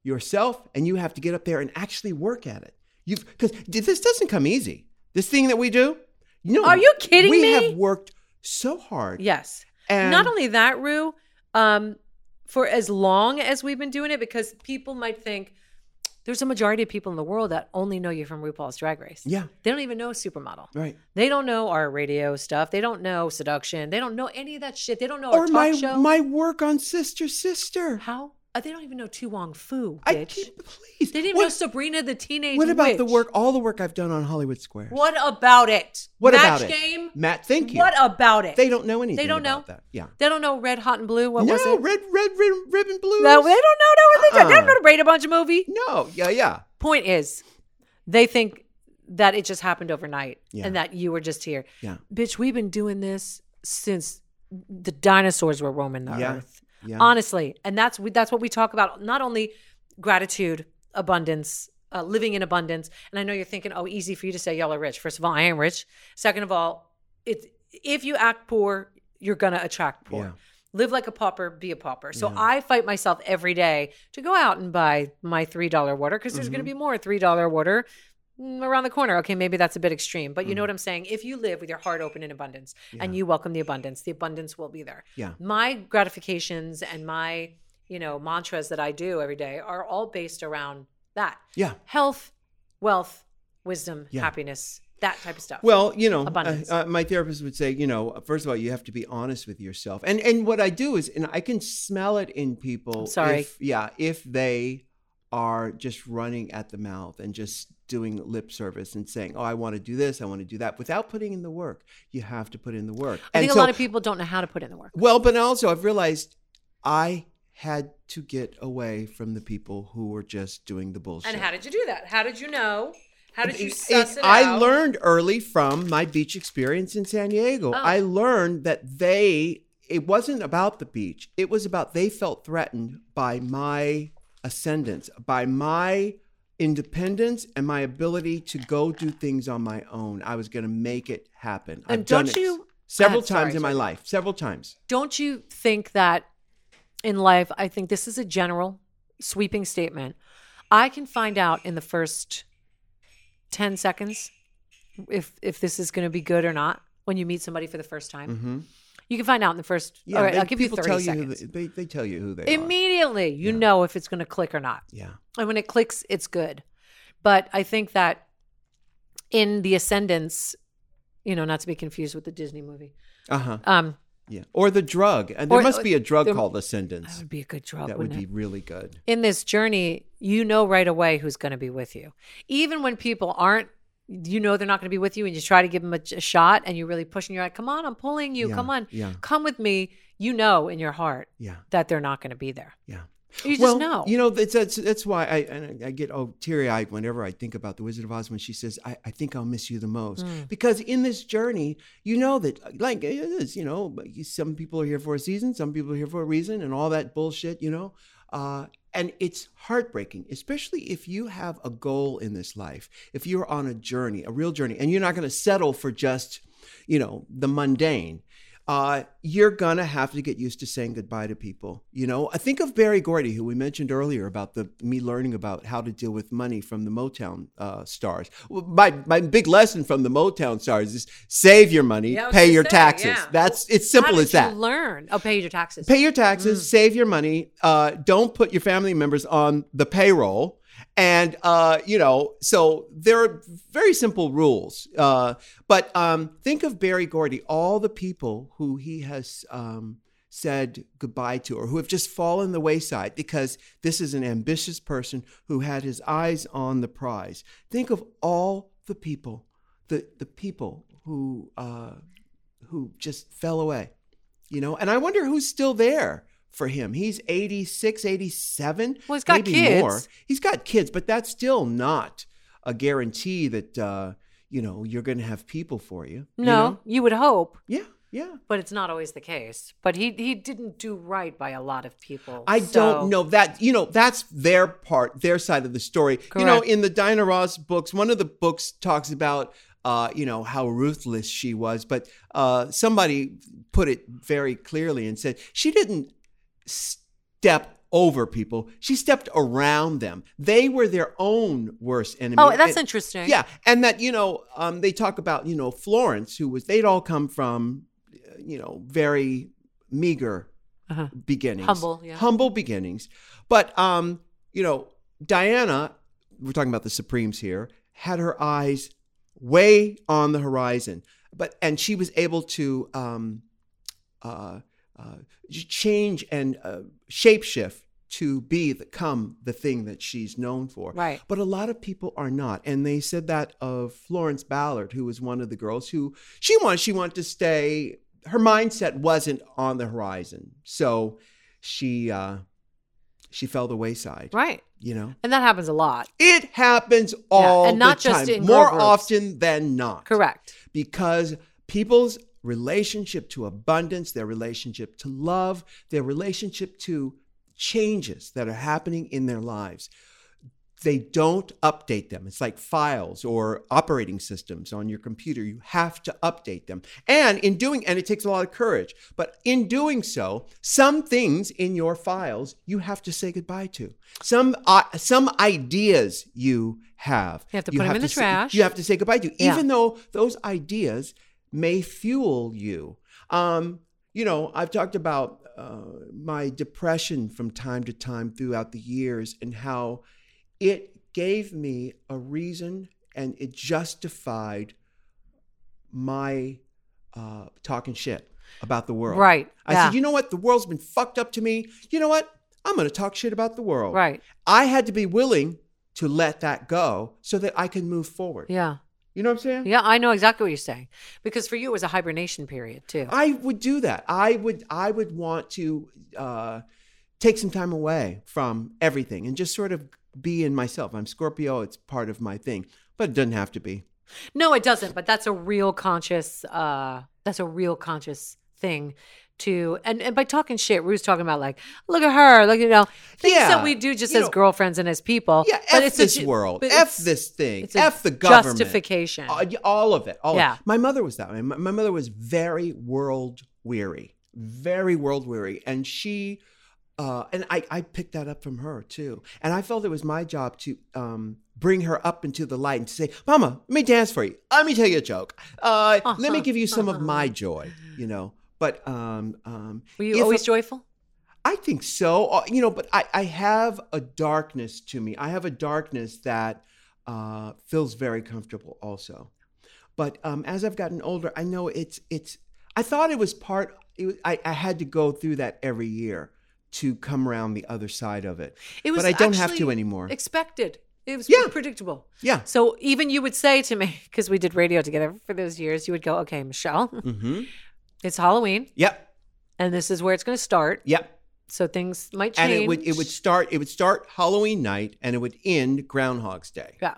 Speaker 1: yourself and you have to get up there and actually work at it you've because this doesn't come easy this thing that we do you know
Speaker 2: Are you kidding
Speaker 1: Hmm. we
Speaker 2: me?
Speaker 1: have worked so hard
Speaker 2: Yes.
Speaker 1: and
Speaker 2: Not only that, Rue, um, for as long as we've been doing it, because people might think there's a majority of people in the world that only know you from RuPaul's Drag Race.
Speaker 1: yeah
Speaker 2: They don't even know Supermodel.
Speaker 1: right
Speaker 2: They don't know our radio stuff. They don't know Seduction. They don't know any of that shit. They don't know our
Speaker 1: or
Speaker 2: talk
Speaker 1: my
Speaker 2: show.
Speaker 1: my work on sister sister
Speaker 2: How? Uh, they don't even know Tu Wong Fu, bitch.
Speaker 1: I keep, please.
Speaker 2: They didn't
Speaker 1: what,
Speaker 2: know Sabrina the Teenage
Speaker 1: what about the
Speaker 2: Witch.
Speaker 1: work? All the work I've done on Hollywood Square.
Speaker 2: What about it?
Speaker 1: What
Speaker 2: Match
Speaker 1: about it?
Speaker 2: game?
Speaker 1: Matt, thank you.
Speaker 2: What about it?
Speaker 1: they don't know anything.
Speaker 2: don't
Speaker 1: about
Speaker 2: know.
Speaker 1: that. Yeah.
Speaker 2: They don't know Red, Hot, and Blue. What
Speaker 1: no,
Speaker 2: was it?
Speaker 1: red, red, red, ribbon blues.
Speaker 2: No, they don't know. No, they, don't- they
Speaker 1: Uh-uh.
Speaker 2: don't know to rate a bunch of movie.
Speaker 1: No. Yeah. Yeah.
Speaker 2: Point is, they think that it just happened overnight
Speaker 1: Yeah.
Speaker 2: and that you were just here.
Speaker 1: Yeah.
Speaker 2: Bitch, we've been doing this since the dinosaurs were roaming the
Speaker 1: Yeah.
Speaker 2: earth.
Speaker 1: Yeah.
Speaker 2: honestly and that's that's what we talk about not only gratitude abundance uh, living in abundance and i know you're thinking oh easy for you to say y'all are rich first of all i am rich second of all it if you act poor you're gonna attract poor
Speaker 1: Yeah.
Speaker 2: live like a pauper be a pauper so
Speaker 1: Yeah.
Speaker 2: i fight myself every day to go out and buy my three dollar water because there's
Speaker 1: Mm-hmm.
Speaker 2: gonna be more three dollar water mm, around the corner okay maybe that's a bit extreme but you know
Speaker 1: Mm-hmm.
Speaker 2: what i'm saying if you live with your heart open in abundance and you welcome the abundance the abundance will be there
Speaker 1: yeah.
Speaker 2: my gratifications and my you know mantras that i do every day are all based around that
Speaker 1: Yeah.
Speaker 2: health wealth, wisdom,
Speaker 1: Yeah.
Speaker 2: happiness, that type of stuff.
Speaker 1: Well, you know,
Speaker 2: Abundance.
Speaker 1: uh, uh, my therapist would say, you know, first of all, you have to be honest with yourself, and and what I do is, and I can smell it in people.
Speaker 2: I'm sorry.
Speaker 1: if- yeah, if they are just running at the mouth and just doing lip service and saying, "Oh, I want to do this, I want to do that," without putting in the work, you have to put in the work.
Speaker 2: I
Speaker 1: and
Speaker 2: think a
Speaker 1: so-
Speaker 2: lot of people don't know how to put in the work.
Speaker 1: well, but also I've realized I had to get away from the people who were just doing the bullshit.
Speaker 2: And how did you do that? How did you know? How did you
Speaker 1: It-
Speaker 2: suss
Speaker 1: it-
Speaker 2: it
Speaker 1: I
Speaker 2: out?
Speaker 1: learned early from my beach experience in San Diego.
Speaker 2: Oh.
Speaker 1: I learned that they it wasn't about the beach. It was about they felt threatened by my ascendance, by my independence and my ability to go do things on my own. I was going to make it happen.
Speaker 2: And
Speaker 1: I've done
Speaker 2: don't
Speaker 1: it
Speaker 2: you-
Speaker 1: several
Speaker 2: Ah,
Speaker 1: times
Speaker 2: sorry,
Speaker 1: in my life. Several times.
Speaker 2: Don't you think that in life, I think this is a general sweeping statement. I can find out in the first 10 seconds if if this is going to be good or not when you meet somebody for the first time. You can find out in the first
Speaker 1: Mm. Mm-hmm. Yeah,
Speaker 2: All right,
Speaker 1: they-
Speaker 2: I'll give you
Speaker 1: people
Speaker 2: 30
Speaker 1: tell
Speaker 2: seconds.
Speaker 1: You who they, they, they tell you who they are.
Speaker 2: Immediately, you know if it's going to click or not.
Speaker 1: Yeah.
Speaker 2: And when it clicks, it's good. But I think that in the ascendance, you know, not to be confused with the Disney movie,
Speaker 1: Uh huh.
Speaker 2: um,
Speaker 1: Yeah. Or the drug. And there
Speaker 2: Or- uh,
Speaker 1: must be a drug
Speaker 2: there-
Speaker 1: called
Speaker 2: that
Speaker 1: Ascendance.
Speaker 2: would be a good drug.
Speaker 1: That would
Speaker 2: wouldn't
Speaker 1: be
Speaker 2: it?
Speaker 1: really good.
Speaker 2: in this journey, you know right away who's going to be with you. Even when people aren't, you know they're not going to be with you, and you try to give them a, a shot, and you're really pushing. You're like, "Come on, I'm pulling you.
Speaker 1: Yeah,
Speaker 2: Come on,
Speaker 1: yeah.
Speaker 2: come with me." You know in your heart
Speaker 1: Yeah.
Speaker 2: that they're not going to be there.
Speaker 1: Yeah.
Speaker 2: You just
Speaker 1: well,
Speaker 2: know.
Speaker 1: You know, that's, that's, that's why I, and I I get oh, teary eyed whenever I think about The Wizard of Oz when she says, I, I think I'll miss you the most.
Speaker 2: Hmm.
Speaker 1: Because in this journey, you know that, uh, like it is, you know, but you- some people are here for a season, some people are here for a reason, and all that bullshit, you know? Uh, and it's heartbreaking, especially if you have a goal in this life, if you're on a journey, a real journey, and you're not going to settle for just, you know, the mundane uh, you're gonna have to get used to saying goodbye to people. You know, I think of Barry Gordy, who we mentioned earlier about the me learning about how to deal with money from the Motown uh, stars. Well, my my big lesson from the Motown stars is save your money,
Speaker 2: Yeah, I was
Speaker 1: pay
Speaker 2: gonna
Speaker 1: your
Speaker 2: say,
Speaker 1: taxes.
Speaker 2: yeah.
Speaker 1: That's it's
Speaker 2: How
Speaker 1: simple
Speaker 2: did
Speaker 1: as that.
Speaker 2: You learn. Oh, pay your taxes.
Speaker 1: Pay your taxes, save your money. Uh, don't put your family members on the payroll. And, uh, you know, so there are very simple rules. Uh, but um, think of Barry Gordy, all the people who he has um, said goodbye to or who have just fallen the wayside because this is an ambitious person who had his eyes on the prize. Think of all the people, the, the people who, uh, who just fell away you know and i wonder who's still there for him he's 86 87
Speaker 2: Well, he's got
Speaker 1: maybe
Speaker 2: kids.
Speaker 1: more he's got kids but that's still not a guarantee that uh you know you're gonna have people for you you
Speaker 2: no,
Speaker 1: know?
Speaker 2: you would hope,
Speaker 1: yeah yeah
Speaker 2: but it's not always the case. But he he didn't do right by a lot of people.
Speaker 1: I
Speaker 2: So-
Speaker 1: don't know that you know that's their part, their side of the story. You know,
Speaker 2: Correct.
Speaker 1: in the Dinah Ross books, one of the books talks about uh, you know how ruthless she was, but uh, somebody put it very clearly and said she didn't step over people; she stepped around them. They were their own worst enemy.
Speaker 2: Oh, that's
Speaker 1: And-
Speaker 2: interesting.
Speaker 1: yeah, and that you know, um, they talk about you know Florence, who was they'd all come from, uh, you know, very meager
Speaker 2: Uh-huh.
Speaker 1: beginnings,
Speaker 2: Humble, yeah.
Speaker 1: humble beginnings. But um, you know, Diana, we're talking about the Supremes here, had her eyes way on the horizon, but and she was able to um, uh, uh, j- change and uh, shapeshift to be the come the thing that she's known for.
Speaker 2: Right.
Speaker 1: But a lot of people are not, and they said that of Florence Ballard, who was one of the girls who she wanted. She wanted to stay. Her mindset wasn't on the horizon, so she uh, she fell the wayside.
Speaker 2: Right.
Speaker 1: You know,
Speaker 2: And that happens a lot.
Speaker 1: it happens all
Speaker 2: and not
Speaker 1: the
Speaker 2: just
Speaker 1: time,
Speaker 2: in girl
Speaker 1: more
Speaker 2: groups.
Speaker 1: often than not
Speaker 2: Correct.
Speaker 1: because people's relationship to abundance, their relationship to love, their relationship to changes that are happening in their lives, they don't update them. It's like files or operating systems on your computer. You have to update them. And in doing, and it takes a lot of courage, but in doing so, some things in your files you have to say goodbye to. Some uh, some ideas you have.
Speaker 2: You have to put 'em in the
Speaker 1: say-
Speaker 2: trash.
Speaker 1: you have to say goodbye to,
Speaker 2: Yeah.
Speaker 1: even though those ideas may fuel you. Um, you know, I've talked about uh, my depression from time to time throughout the years and how it gave me a reason and it justified my uh, talking shit about the world.
Speaker 2: Right.
Speaker 1: I
Speaker 2: yeah.
Speaker 1: said, you know what? The world's been fucked up to me. You know what? I'm going to talk shit about the world.
Speaker 2: right.
Speaker 1: I had to be willing to let that go so that I can move forward.
Speaker 2: Yeah.
Speaker 1: You know what I'm saying?
Speaker 2: Yeah, I know exactly what you're saying. Because for you, it was a hibernation period too.
Speaker 1: I would do that. I would I would want to uh, take some time away from everything and just sort of be in myself. I'm Scorpio. It's part of my thing, but it doesn't have to be.
Speaker 2: No, it doesn't. But that's a real conscious. uh That's a real conscious thing to. And, and by talking shit, Rue's talking about like, look at her, look, you know, things
Speaker 1: Yeah.
Speaker 2: that we do just
Speaker 1: You
Speaker 2: as
Speaker 1: know-
Speaker 2: girlfriends and as people.
Speaker 1: Yeah,
Speaker 2: but
Speaker 1: f
Speaker 2: it's a
Speaker 1: this
Speaker 2: ju-
Speaker 1: world,
Speaker 2: but
Speaker 1: f
Speaker 2: it's-
Speaker 1: this thing,
Speaker 2: it's a
Speaker 1: f the government,
Speaker 2: Justification.
Speaker 1: Uh, y- all of it. All
Speaker 2: Yeah.
Speaker 1: Of it. My mother was that way. My, my mother was very world weary, very world weary, and she, uh, and I, I picked that up from her too. And I felt it was my job to um, bring her up into the light and to say, "Mama, let me dance for you. Let me tell you a joke. Uh, Let me give you some of my joy." You know. But um, um,
Speaker 2: Were you
Speaker 1: if
Speaker 2: always
Speaker 1: a-
Speaker 2: joyful?
Speaker 1: I think so. Uh, You know, but I, I have a darkness to me. I have a darkness that uh, feels very comfortable also. But um, as I've gotten older, I know it's it's. I thought it was part. It was, I, I had to go through that every year to come around the other side of it.
Speaker 2: It was.
Speaker 1: but I don't have to
Speaker 2: actually
Speaker 1: anymore.
Speaker 2: Expected. It was predictable.
Speaker 1: yeah.
Speaker 2: So even you would say to me, because we did radio together for those years, you would go, "Okay, Michelle,
Speaker 1: Mm-hmm.
Speaker 2: it's Halloween,
Speaker 1: Yep.
Speaker 2: and this is where it's going to start.
Speaker 1: Yep.
Speaker 2: So things might change."
Speaker 1: And it would it would start it would start Halloween night and it would end Groundhog's Day.
Speaker 2: Yeah.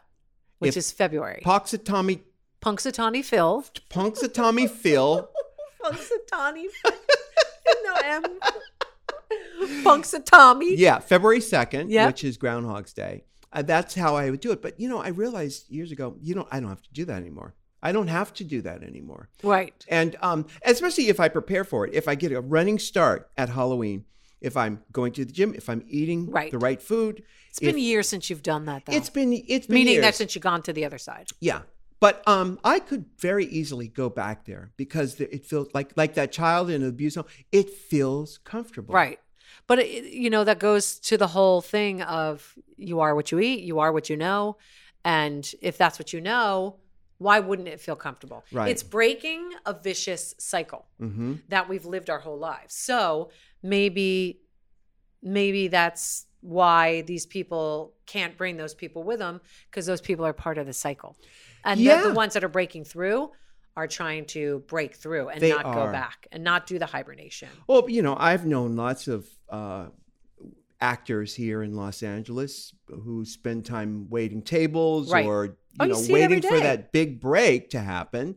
Speaker 1: If-
Speaker 2: Which is February.
Speaker 1: Punxsutawney
Speaker 2: Punxsutawney Phil.
Speaker 1: Punxsutawney Phil.
Speaker 2: Punxsutawney. no M. Punxsutawney.
Speaker 1: Yeah, February 2nd,
Speaker 2: Yeah.
Speaker 1: which is Groundhog's Day. Uh, that's how I would do it. But you know, I realized years ago, you know, I don't have to do that anymore. I don't have to do that anymore.
Speaker 2: Right.
Speaker 1: And um, especially if I prepare for it, if I get a running start at Halloween, if I'm going to the gym, if I'm eating
Speaker 2: Right.
Speaker 1: the right food,
Speaker 2: It's been
Speaker 1: if-
Speaker 2: years since you've done that, though.
Speaker 1: it's been it's been
Speaker 2: Meaning
Speaker 1: years.
Speaker 2: that since you've gone to the other side.
Speaker 1: Yeah. But um, I could very easily go back there because th- it feels like like that child in an abuse home. It feels comfortable,
Speaker 2: Right. But, it, you know, that goes to the whole thing of you are what you eat, you are what you know. And if that's what you know, why wouldn't it feel comfortable?
Speaker 1: Right.
Speaker 2: It's breaking a vicious cycle.
Speaker 1: Mm-hmm.
Speaker 2: that we've lived our whole lives. So maybe maybe that's why these people can't bring those people with them because those people are part of the cycle. And they're the
Speaker 1: Yeah.
Speaker 2: ones that are breaking through are trying to break through and
Speaker 1: They
Speaker 2: not go
Speaker 1: are.
Speaker 2: back and not do the hibernation.
Speaker 1: Well, you know, I've known lots of uh, actors here in Los Angeles who spend time waiting tables
Speaker 2: Right.
Speaker 1: or you
Speaker 2: Oh, you
Speaker 1: know
Speaker 2: see it every
Speaker 1: waiting
Speaker 2: day.
Speaker 1: for that big break to happen.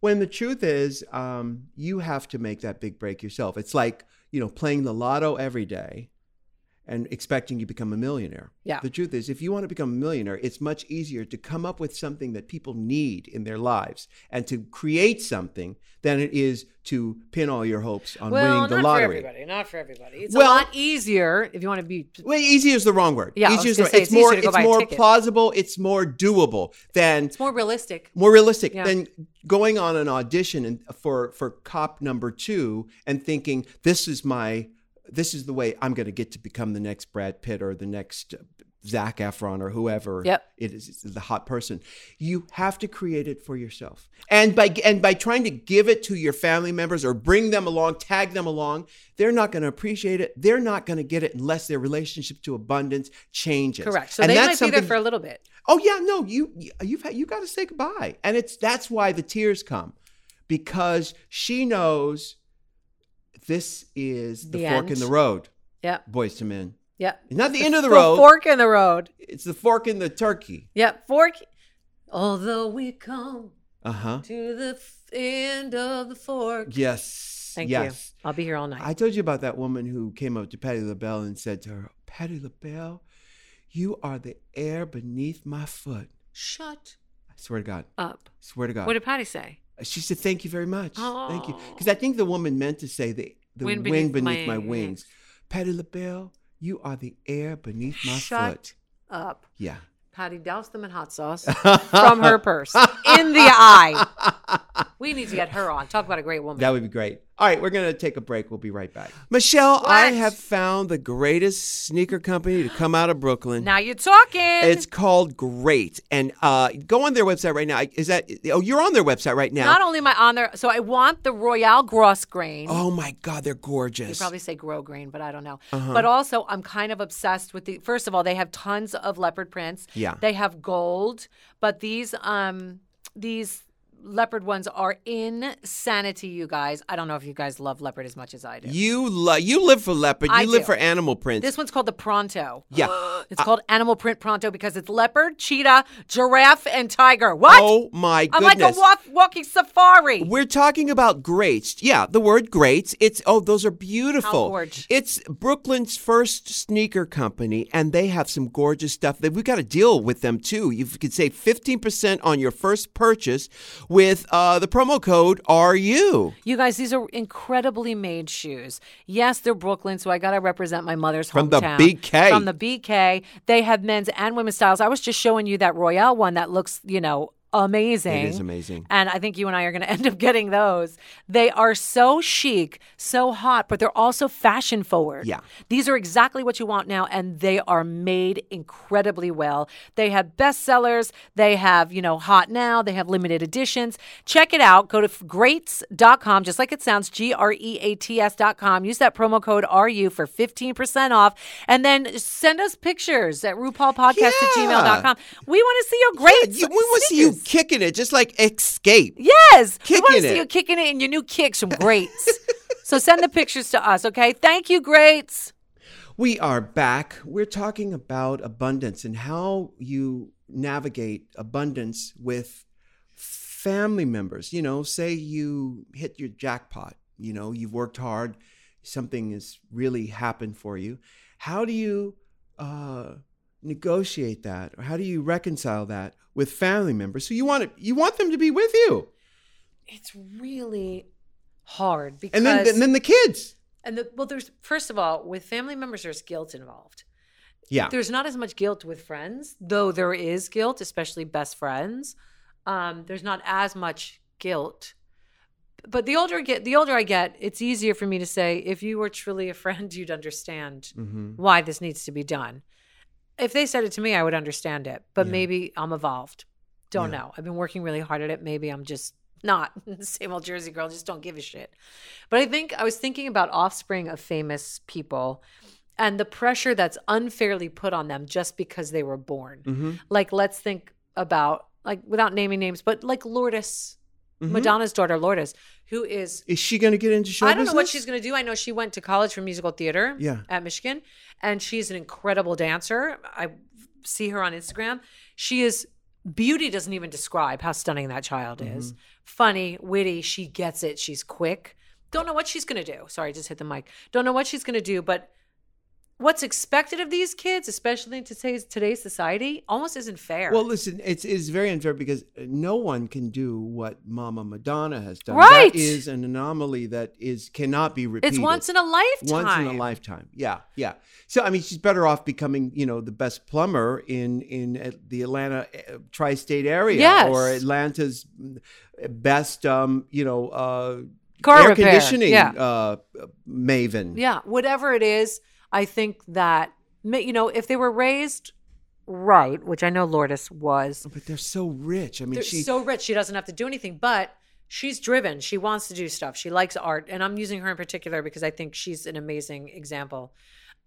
Speaker 1: When the truth is, um, you have to make that big break yourself. It's like you know playing the lotto every day and expecting you become a millionaire.
Speaker 2: Yeah.
Speaker 1: The truth is, if you want to become a millionaire, it's much easier to come up with something that people need in their lives and to create something than it is to pin all your hopes on
Speaker 2: well,
Speaker 1: winning the
Speaker 2: not
Speaker 1: lottery.
Speaker 2: for everybody. Not for everybody. It's
Speaker 1: Well-
Speaker 2: a lot easier if you want to be
Speaker 1: Well, easy is the wrong word.
Speaker 2: Yeah, I
Speaker 1: easy
Speaker 2: was
Speaker 1: is the
Speaker 2: gonna
Speaker 1: wrong-
Speaker 2: say
Speaker 1: it's
Speaker 2: it's easier
Speaker 1: more
Speaker 2: to go
Speaker 1: it's
Speaker 2: buy a
Speaker 1: more
Speaker 2: ticket.
Speaker 1: plausible. It's more doable than
Speaker 2: it's more realistic.
Speaker 1: more realistic
Speaker 2: Yeah.
Speaker 1: than going on an audition and for for cop number two and thinking this is my this is the way I'm going to get to become the next Brad Pitt or the next Zach Efron or whoever
Speaker 2: Yep.
Speaker 1: it is it's the hot person. You have to create it for yourself, and by and by trying to give it to your family members or bring them along, tag them along. They're not going to appreciate it. They're not going to get it unless their relationship to abundance changes.
Speaker 2: Correct. So
Speaker 1: And
Speaker 2: they
Speaker 1: that's
Speaker 2: might be there
Speaker 1: something-
Speaker 2: for a little bit.
Speaker 1: Oh yeah, no, you you- you've had, you got to say goodbye, and it's that's why the tears come, because she knows this is the,
Speaker 2: The
Speaker 1: fork in
Speaker 2: end.
Speaker 1: the road,
Speaker 2: Yep.
Speaker 1: boys to men.
Speaker 2: Yep.
Speaker 1: It's not the, end of the
Speaker 2: For
Speaker 1: road.
Speaker 2: Fork in the road.
Speaker 1: It's the fork in the turkey.
Speaker 2: Yep. Fork. Although we come
Speaker 1: Uh huh.
Speaker 2: to the f- end of the fork.
Speaker 1: Yes.
Speaker 2: Thank
Speaker 1: yes.
Speaker 2: you. I'll be here all night.
Speaker 1: I told you about that woman who came up to Patty LaBelle and said to her, "Patty LaBelle, you are the air beneath my foot."
Speaker 2: Shut
Speaker 1: I swear to God.
Speaker 2: up.
Speaker 1: Swear to God.
Speaker 2: What did Patty say?
Speaker 1: She said, "Thank you very much. Thank you." Because
Speaker 2: Oh.
Speaker 1: I think the woman meant to say the the wind beneath, my, wings. Patty LaBelle, you are the air beneath my
Speaker 2: Shut
Speaker 1: foot.
Speaker 2: up.
Speaker 1: Yeah.
Speaker 2: Patty doused them in hot sauce from her purse in the eye. We need to get her on. Talk about a great woman.
Speaker 1: That would be great. All right, we're going to take a break. We'll be right back. Michelle, I
Speaker 2: What?
Speaker 1: have found the greatest sneaker company to come out of Brooklyn.
Speaker 2: Now you're talking.
Speaker 1: It's called Great. And uh, go on their website right now. Is that, oh, you're on their website right now.
Speaker 2: Not only am I on there, so I want the Royale Gross grain.
Speaker 1: oh my God, they're
Speaker 2: You
Speaker 1: gorgeous.
Speaker 2: probably say grow grain, but I don't know.
Speaker 1: Uh-huh.
Speaker 2: But also, I'm kind of obsessed with the. First of all, they have tons of leopard prints.
Speaker 1: Yeah.
Speaker 2: They have gold, but these um these leopard ones are insanity, you guys. I don't know if you guys love leopard as much as I do.
Speaker 1: you, lo- you live for leopard, you
Speaker 2: I
Speaker 1: live
Speaker 2: do.
Speaker 1: for animal prints.
Speaker 2: This one's called the Pronto.
Speaker 1: Yeah.
Speaker 2: It's called Animal Print Pronto because it's leopard, cheetah, giraffe, and tiger. What?
Speaker 1: oh my
Speaker 2: I'm
Speaker 1: goodness.
Speaker 2: like a walk, walking safari.
Speaker 1: We're talking about greats. Yeah, the word greats. It's oh, those are beautiful.
Speaker 2: How gorge.
Speaker 1: It's Brooklyn's first sneaker company, and they have some gorgeous stuff. That we got to deal with them too. You could save fifteen percent on your first purchase with uh, the promo code RU.
Speaker 2: You guys, these are incredibly made shoes. Yes, they're Brooklyn, so I got to represent my mother's
Speaker 1: From the
Speaker 2: hometown.
Speaker 1: BK.
Speaker 2: From the BK. They have men's and women's styles. I was just showing you that Royale one that looks, you know, amazing.
Speaker 1: It is amazing.
Speaker 2: And I think you and I are going to end up getting those. They are so chic, so hot, but they're also fashion forward.
Speaker 1: Yeah.
Speaker 2: These are exactly what you want now, and they are made incredibly well. They have bestsellers, they have, you know, hot now, they have limited editions. Check it out. Go to greats.com, just like it sounds, G R E A T S.com. Use that promo code RU for 15% off, and then send us pictures at RuPaulpodcast at
Speaker 1: Yeah.
Speaker 2: gmail.com. We want to see your greats.
Speaker 1: Yeah, you, we want to see you
Speaker 2: sneakers.
Speaker 1: kicking it, just like Escape.
Speaker 2: Yes. we want
Speaker 1: Kicking
Speaker 2: to
Speaker 1: it.
Speaker 2: see you kicking it in your new kicks from Greats. so send the pictures to us, okay? Thank you, Greats.
Speaker 1: We are back. We're talking about abundance and how you navigate abundance with family members. You know, say you hit your jackpot, you know, you've worked hard, something has really happened for you. How do you uh, negotiate that or how do you reconcile that with family members? So you want it, you want them to be with you.
Speaker 2: It's really hard because
Speaker 1: And then and then the kids.
Speaker 2: and the, well there's first of all with family members there's guilt involved.
Speaker 1: Yeah.
Speaker 2: There's not as much guilt with friends, though there is guilt, especially best friends. Um, there's not as much guilt. But the older I get, the older I get, it's easier for me to say, if you were truly a friend, you'd understand
Speaker 1: Mm-hmm.
Speaker 2: why this needs to be done. If they said it to me, I would understand it, but
Speaker 1: Yeah.
Speaker 2: maybe I'm evolved. Don't
Speaker 1: Yeah.
Speaker 2: know. I've been working really hard at it. Maybe I'm just not same old Jersey girl, just don't give a shit. But I think I was thinking about offspring of famous people and the pressure that's unfairly put on them just because they were born.
Speaker 1: Mm-hmm.
Speaker 2: Like, let's think about, like, without naming names, but like Lourdes, Madonna's daughter, Lourdes, who is
Speaker 1: Is she going to get into Mm-hmm. show
Speaker 2: I don't know what
Speaker 1: business?
Speaker 2: she's going to do. I know she went to college for musical theater
Speaker 1: Yeah.
Speaker 2: at Michigan, and she's an incredible dancer. I see her on Instagram. She is beauty doesn't even describe how stunning that child
Speaker 1: Mm-hmm.
Speaker 2: is. Funny, witty, she gets it. She's quick. Don't know what she's going to do. Sorry, I just hit the mic. Don't know what she's going to do, but what's expected of these kids, especially in today's today's society, almost isn't fair.
Speaker 1: Well, listen, it's it's very unfair because uh, no one can do what Mama Madonna has done.
Speaker 2: Right.
Speaker 1: that is an anomaly that is cannot be repeated.
Speaker 2: it's once in a lifetime.
Speaker 1: Once in a lifetime. Yeah, yeah. So I mean, she's better off becoming, you know, the best plumber in in uh, the Atlanta uh, tri-state area
Speaker 2: Yes.
Speaker 1: or Atlanta's uh, best, um, you know, uh,
Speaker 2: Car
Speaker 1: air
Speaker 2: repair.
Speaker 1: conditioning
Speaker 2: Yeah.
Speaker 1: uh, maven.
Speaker 2: Yeah, whatever it is, I think that ma- you know if they were raised right, which I know Lourdes was,
Speaker 1: But they're so rich. I mean,
Speaker 2: they're
Speaker 1: she.
Speaker 2: so rich she doesn't have to do anything. But she's driven. She wants to do stuff. She likes art, and I'm using her in particular because I think she's an amazing example.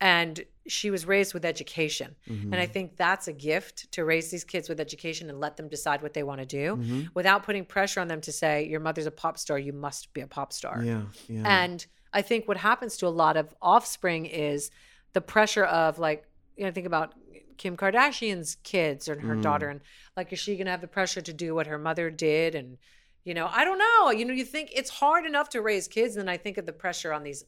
Speaker 2: And she was raised with education, and I think that's a gift to raise these kids with education and let them decide what they want to do
Speaker 1: Mm-hmm.
Speaker 2: without putting pressure on them to say your mother's a pop star, you must be a pop star.
Speaker 1: yeah, yeah.
Speaker 2: And I think what happens to a lot of offspring is the pressure of like, you know, think about Kim Kardashian's kids and her daughter,
Speaker 1: Mm.
Speaker 2: and like, is she going to have the pressure to do what her mother did? And you know, I don't know. You know, you think it's hard enough to raise kids, and then I think of the pressure on these.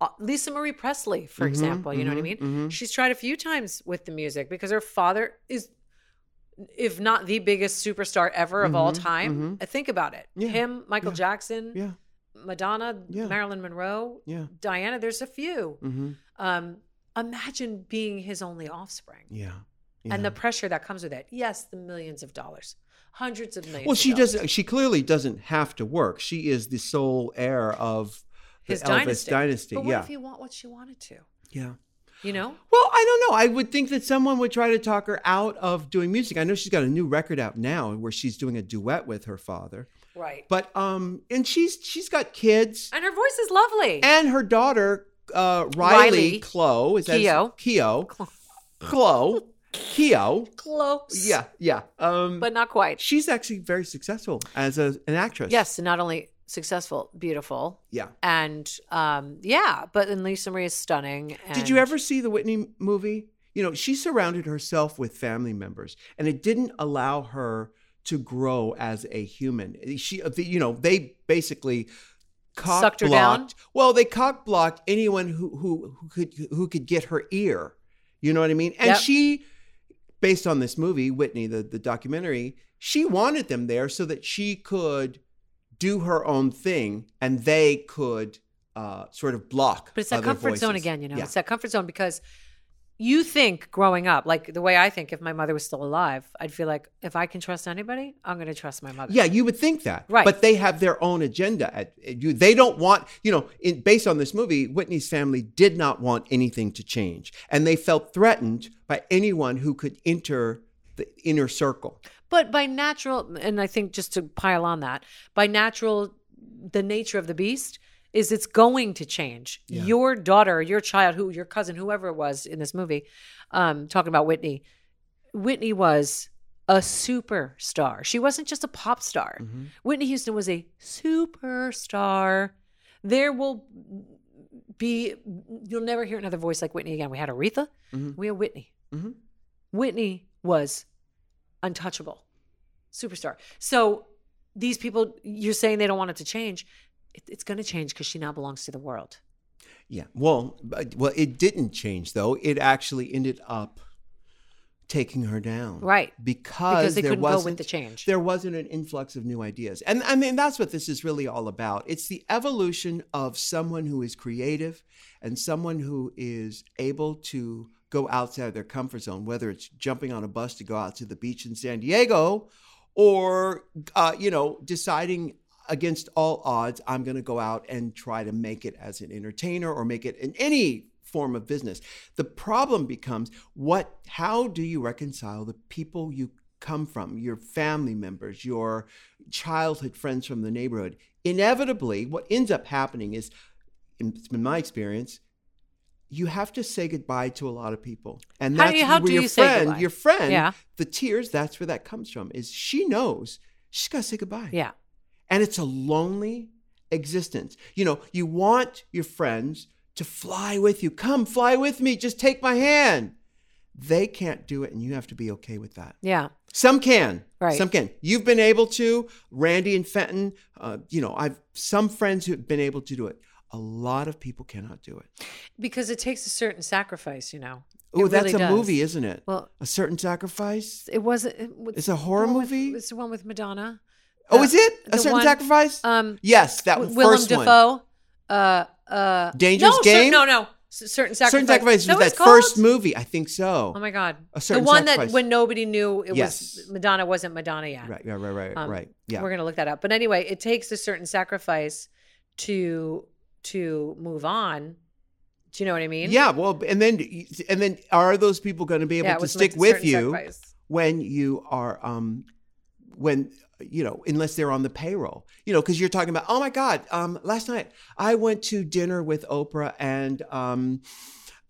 Speaker 2: Uh, Lisa Marie Presley,
Speaker 1: Mm-hmm.
Speaker 2: for example, you know what I mean? She's tried a few times with the music because her father is, if not the biggest superstar ever of all time. Think about it.
Speaker 1: Mm-hmm, Yeah.
Speaker 2: Him, Michael
Speaker 1: Yeah.
Speaker 2: Jackson,
Speaker 1: Mm-hmm. yeah,
Speaker 2: Madonna,
Speaker 1: Yeah.
Speaker 2: Marilyn Monroe,
Speaker 1: yeah.
Speaker 2: Diana, there's a few.
Speaker 1: Mm-hmm.
Speaker 2: Um, imagine being his only offspring
Speaker 1: Yeah.
Speaker 2: and
Speaker 1: yeah.
Speaker 2: the pressure that comes with it. Yes, the millions of dollars, hundreds of millions.
Speaker 1: Well,
Speaker 2: of
Speaker 1: she
Speaker 2: dollars.
Speaker 1: doesn't. She clearly doesn't have to work. She is the sole heir of the
Speaker 2: His
Speaker 1: Elvis
Speaker 2: dynasty.
Speaker 1: dynasty,
Speaker 2: But what
Speaker 1: yeah.
Speaker 2: if you want what she wanted to?
Speaker 1: yeah.
Speaker 2: You know?
Speaker 1: Well, I don't know. I would think that someone would try to talk her out of doing music. I know she's got a new record out now where she's doing a duet with her father.
Speaker 2: Right.
Speaker 1: But um and she's she's got kids
Speaker 2: and her voice is lovely.
Speaker 1: and her daughter uh
Speaker 2: Riley.
Speaker 1: Riley, Chloe is that
Speaker 2: Keo.
Speaker 1: Keo.
Speaker 2: Chlo-
Speaker 1: Chloe. Keo.
Speaker 2: Close.
Speaker 1: Yeah, yeah. Um
Speaker 2: But not quite.
Speaker 1: she's actually very successful as a, an actress.
Speaker 2: Yes, and not only successful, beautiful.
Speaker 1: Yeah.
Speaker 2: And um, yeah, but then Lisa Marie is stunning. And
Speaker 1: Did you ever see the Whitney movie? You know, she surrounded herself with family members, and it didn't allow her to grow as a human. She, uh, you know, they basically cock
Speaker 2: Sucked her down?
Speaker 1: blocked- Well, they cock blocked anyone who who who could who could get her ear. You know what I mean? And
Speaker 2: Yep.
Speaker 1: she, based on this movie, Whitney, the the documentary, she wanted them there so that she could do her own thing, and they could. Uh, sort of block,
Speaker 2: But it's that
Speaker 1: other
Speaker 2: comfort zone
Speaker 1: voices.
Speaker 2: again, you know.
Speaker 1: Yeah.
Speaker 2: It's that comfort zone because you think growing up, like the way I think, if my mother was still alive, I'd feel like if I can trust anybody, I'm going to trust my mother.
Speaker 1: Yeah, you would think that,
Speaker 2: Right.
Speaker 1: But they have their own agenda. At, at you, they don't want, you know, in, based on this movie, Whitney's family did not want anything to change, and they felt threatened by anyone who could enter the inner circle.
Speaker 2: But by natural, and I think just to pile on that, by natural, the nature of the beast is it's going to change.
Speaker 1: Yeah.
Speaker 2: Your daughter, your child, who your cousin, whoever it was in this movie, um, talking about Whitney, Whitney was a superstar. She wasn't just a pop star. Whitney Houston was a superstar. There will be, you'll never hear another voice like Whitney again. We had Aretha,
Speaker 1: Mhm.
Speaker 2: we had Whitney.
Speaker 1: Mhm.
Speaker 2: Whitney was untouchable, superstar. So these people, you're saying they don't want it to change. It, it's going to change because she now belongs to the world.
Speaker 1: Yeah. Well, but- well, it didn't change though. It actually ended up taking her down,
Speaker 2: Right.
Speaker 1: Because,
Speaker 2: Because they
Speaker 1: there
Speaker 2: couldn't go
Speaker 1: wasn't
Speaker 2: with the change.
Speaker 1: there wasn't an influx of new ideas. And I mean, that's what this is really all about. It's the evolution of someone who is creative and someone who is able to go outside their comfort zone, whether it's jumping on a bus to go out to the beach in San Diego or, uh, you know, deciding against all odds, I'm going to go out and try to make it as an entertainer or make it in any form of business. The problem becomes what how do you reconcile the people you come from, your family members, your childhood friends from the neighborhood? Inevitably, what ends up happening is in, it's been my experience you have to say goodbye to a lot of people. And
Speaker 2: How
Speaker 1: that's
Speaker 2: do you- how
Speaker 1: where
Speaker 2: do
Speaker 1: your
Speaker 2: you say
Speaker 1: friend,
Speaker 2: goodbye?
Speaker 1: your friend,
Speaker 2: Yeah.
Speaker 1: the tears, that's where that comes from. Is she knows she's got to say goodbye.
Speaker 2: Yeah.
Speaker 1: And it's a lonely existence. You know, you want your friends to fly with you. Come fly with me. Just take my hand. They can't do it, and you have to be okay with that.
Speaker 2: Yeah.
Speaker 1: Some can,
Speaker 2: Right.
Speaker 1: Some can. You've been able to, Randy and Fenton. Uh, you know, I've some friends who've been able to do it. A lot of people cannot do it.
Speaker 2: Because it takes a certain sacrifice, you know.
Speaker 1: Oh,
Speaker 2: It
Speaker 1: that's
Speaker 2: really
Speaker 1: a
Speaker 2: does.
Speaker 1: movie, isn't it?
Speaker 2: Well,
Speaker 1: a certain sacrifice.
Speaker 2: it wasn't. It, was-
Speaker 1: It's a horror
Speaker 2: the one with-
Speaker 1: movie?
Speaker 2: It's the one with Madonna.
Speaker 1: oh,
Speaker 2: the-
Speaker 1: is it a
Speaker 2: the
Speaker 1: certain
Speaker 2: one-
Speaker 1: sacrifice?
Speaker 2: Um,
Speaker 1: yes, that
Speaker 2: w-
Speaker 1: first
Speaker 2: Willem
Speaker 1: one.
Speaker 2: Dafoe. Uh, uh,
Speaker 1: Dangerous
Speaker 2: no, cer-
Speaker 1: Game?
Speaker 2: no, no. C- certain sacrifice.
Speaker 1: Certain sacrifice was
Speaker 2: No, it's
Speaker 1: that first
Speaker 2: called-
Speaker 1: movie. I think so.
Speaker 2: Oh my God.
Speaker 1: A
Speaker 2: the
Speaker 1: Certain
Speaker 2: one
Speaker 1: Sacrifice.
Speaker 2: that when nobody knew it
Speaker 1: Yes.
Speaker 2: was Madonna wasn't Madonna yet.
Speaker 1: Right, right, right, right,
Speaker 2: Um,
Speaker 1: right. Yeah.
Speaker 2: We're gonna look that up. But anyway, it takes a certain sacrifice to to move on. Do you know what I mean?
Speaker 1: Yeah, well, and then and then are those people going to be able
Speaker 2: Yeah, it
Speaker 1: to
Speaker 2: was
Speaker 1: stick
Speaker 2: meant-
Speaker 1: with
Speaker 2: certain
Speaker 1: you
Speaker 2: sacrifice.
Speaker 1: when you are um when you know unless they're on the payroll. You know, cuz you're talking about, "Oh my god, um last night I went to dinner with Oprah and um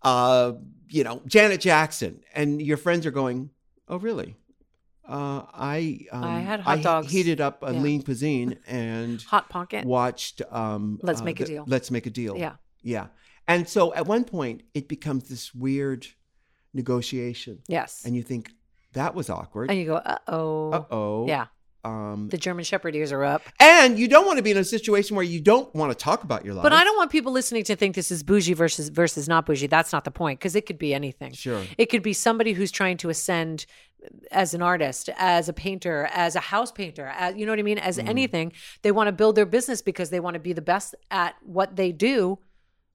Speaker 1: uh you know, Janet Jackson." And your friends are going, "Oh, really?" Uh, I um,
Speaker 2: I had hot dogs.
Speaker 1: heated up a
Speaker 2: Yeah.
Speaker 1: lean cuisine and
Speaker 2: Hot pocket.
Speaker 1: watched um
Speaker 2: Let's Make a
Speaker 1: the-
Speaker 2: Deal.
Speaker 1: let's make a deal
Speaker 2: Yeah.
Speaker 1: yeah and so at one point it becomes this weird negotiation
Speaker 2: Yes.
Speaker 1: and you think that was awkward
Speaker 2: And you go, uh oh.
Speaker 1: uh-oh
Speaker 2: Yeah.
Speaker 1: um
Speaker 2: The German Shepherd ears are up.
Speaker 1: and you don't want to be in a situation where you don't want to talk about your life
Speaker 2: But I don't want people listening to think this is bougie versus versus not bougie. That's not the point because it could be anything.
Speaker 1: sure
Speaker 2: It could be somebody who's trying to ascend as an artist, as a painter, as a house painter, as you know what I mean, as
Speaker 1: Mm-hmm.
Speaker 2: anything. They want to build their business because they want to be the best at what they do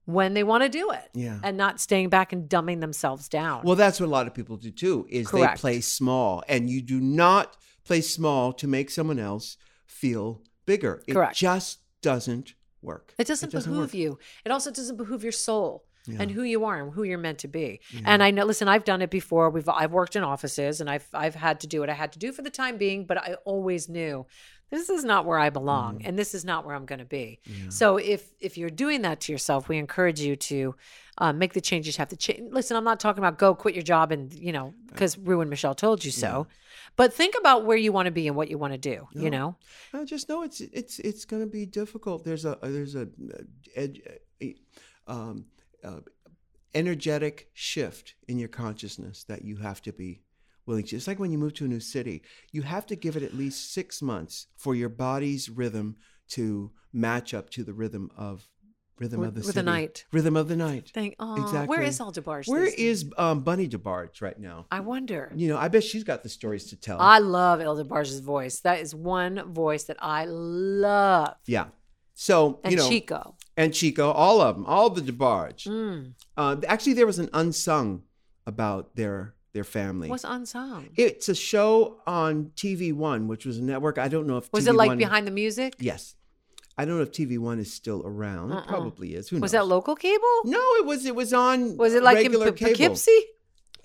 Speaker 2: when they want to do it.
Speaker 1: Yeah.
Speaker 2: And not staying back and dumbing themselves down.
Speaker 1: well that's what a lot of people do too is
Speaker 2: Correct.
Speaker 1: they play small and you do not play small to make someone else feel bigger it
Speaker 2: Correct.
Speaker 1: just doesn't work.
Speaker 2: It doesn't, behoove
Speaker 1: work.
Speaker 2: you. It also doesn't behoove your soul and
Speaker 1: Yeah.
Speaker 2: who you are and who you're meant to be.
Speaker 1: Yeah.
Speaker 2: And I know, listen, I've done it before. We've I've worked in offices and I've I've had to do what I had to do for the time being, but I always knew this is not where I belong and this is not where I'm going to be.
Speaker 1: Mm. Yeah.
Speaker 2: So if if you're doing that to yourself, we encourage you to uh, make the changes. you Have to cha- listen. I'm not talking about go quit your job and you know
Speaker 1: Uh,
Speaker 2: because Ruin Michelle told you so, but think about where you want to be and what you want to do. You
Speaker 1: Yeah.
Speaker 2: know,
Speaker 1: I just know it's it's it's going to be difficult. There's a there's a, uh, ed, a um, uh, energetic shift in your consciousness that you have to be willing to. It's like when you move to a new city, you have to give it at least six months for your body's rhythm to match up to the rhythm of rhythm
Speaker 2: With-
Speaker 1: of the
Speaker 2: with the
Speaker 1: city.
Speaker 2: night.
Speaker 1: rhythm of the night.
Speaker 2: think oh, where
Speaker 1: Exactly.
Speaker 2: is Aldebarge?
Speaker 1: Where
Speaker 2: these days?
Speaker 1: is um, Bunny DeBarge right now?
Speaker 2: I wonder.
Speaker 1: You know, I bet she's got the stories to tell.
Speaker 2: I love Elder Barge's voice. That is one voice that I love.
Speaker 1: yeah. So
Speaker 2: And
Speaker 1: you know,
Speaker 2: Chico.
Speaker 1: and Chico, all of them, all the DeBarge.
Speaker 2: Mm.
Speaker 1: Uh, actually, there was an unsung about their their family.
Speaker 2: What's unsung?
Speaker 1: it's a show on TV One, which was a network. I don't know if
Speaker 2: was
Speaker 1: TV
Speaker 2: it like
Speaker 1: One-
Speaker 2: behind the music?
Speaker 1: Yes, I don't know if TV One is still around.
Speaker 2: Uh-uh.
Speaker 1: It probably is. Who knows?
Speaker 2: Was that local cable?
Speaker 1: no, it was. It was on.
Speaker 2: Was it like in
Speaker 1: regular
Speaker 2: P-
Speaker 1: cable?
Speaker 2: Poughkeepsie?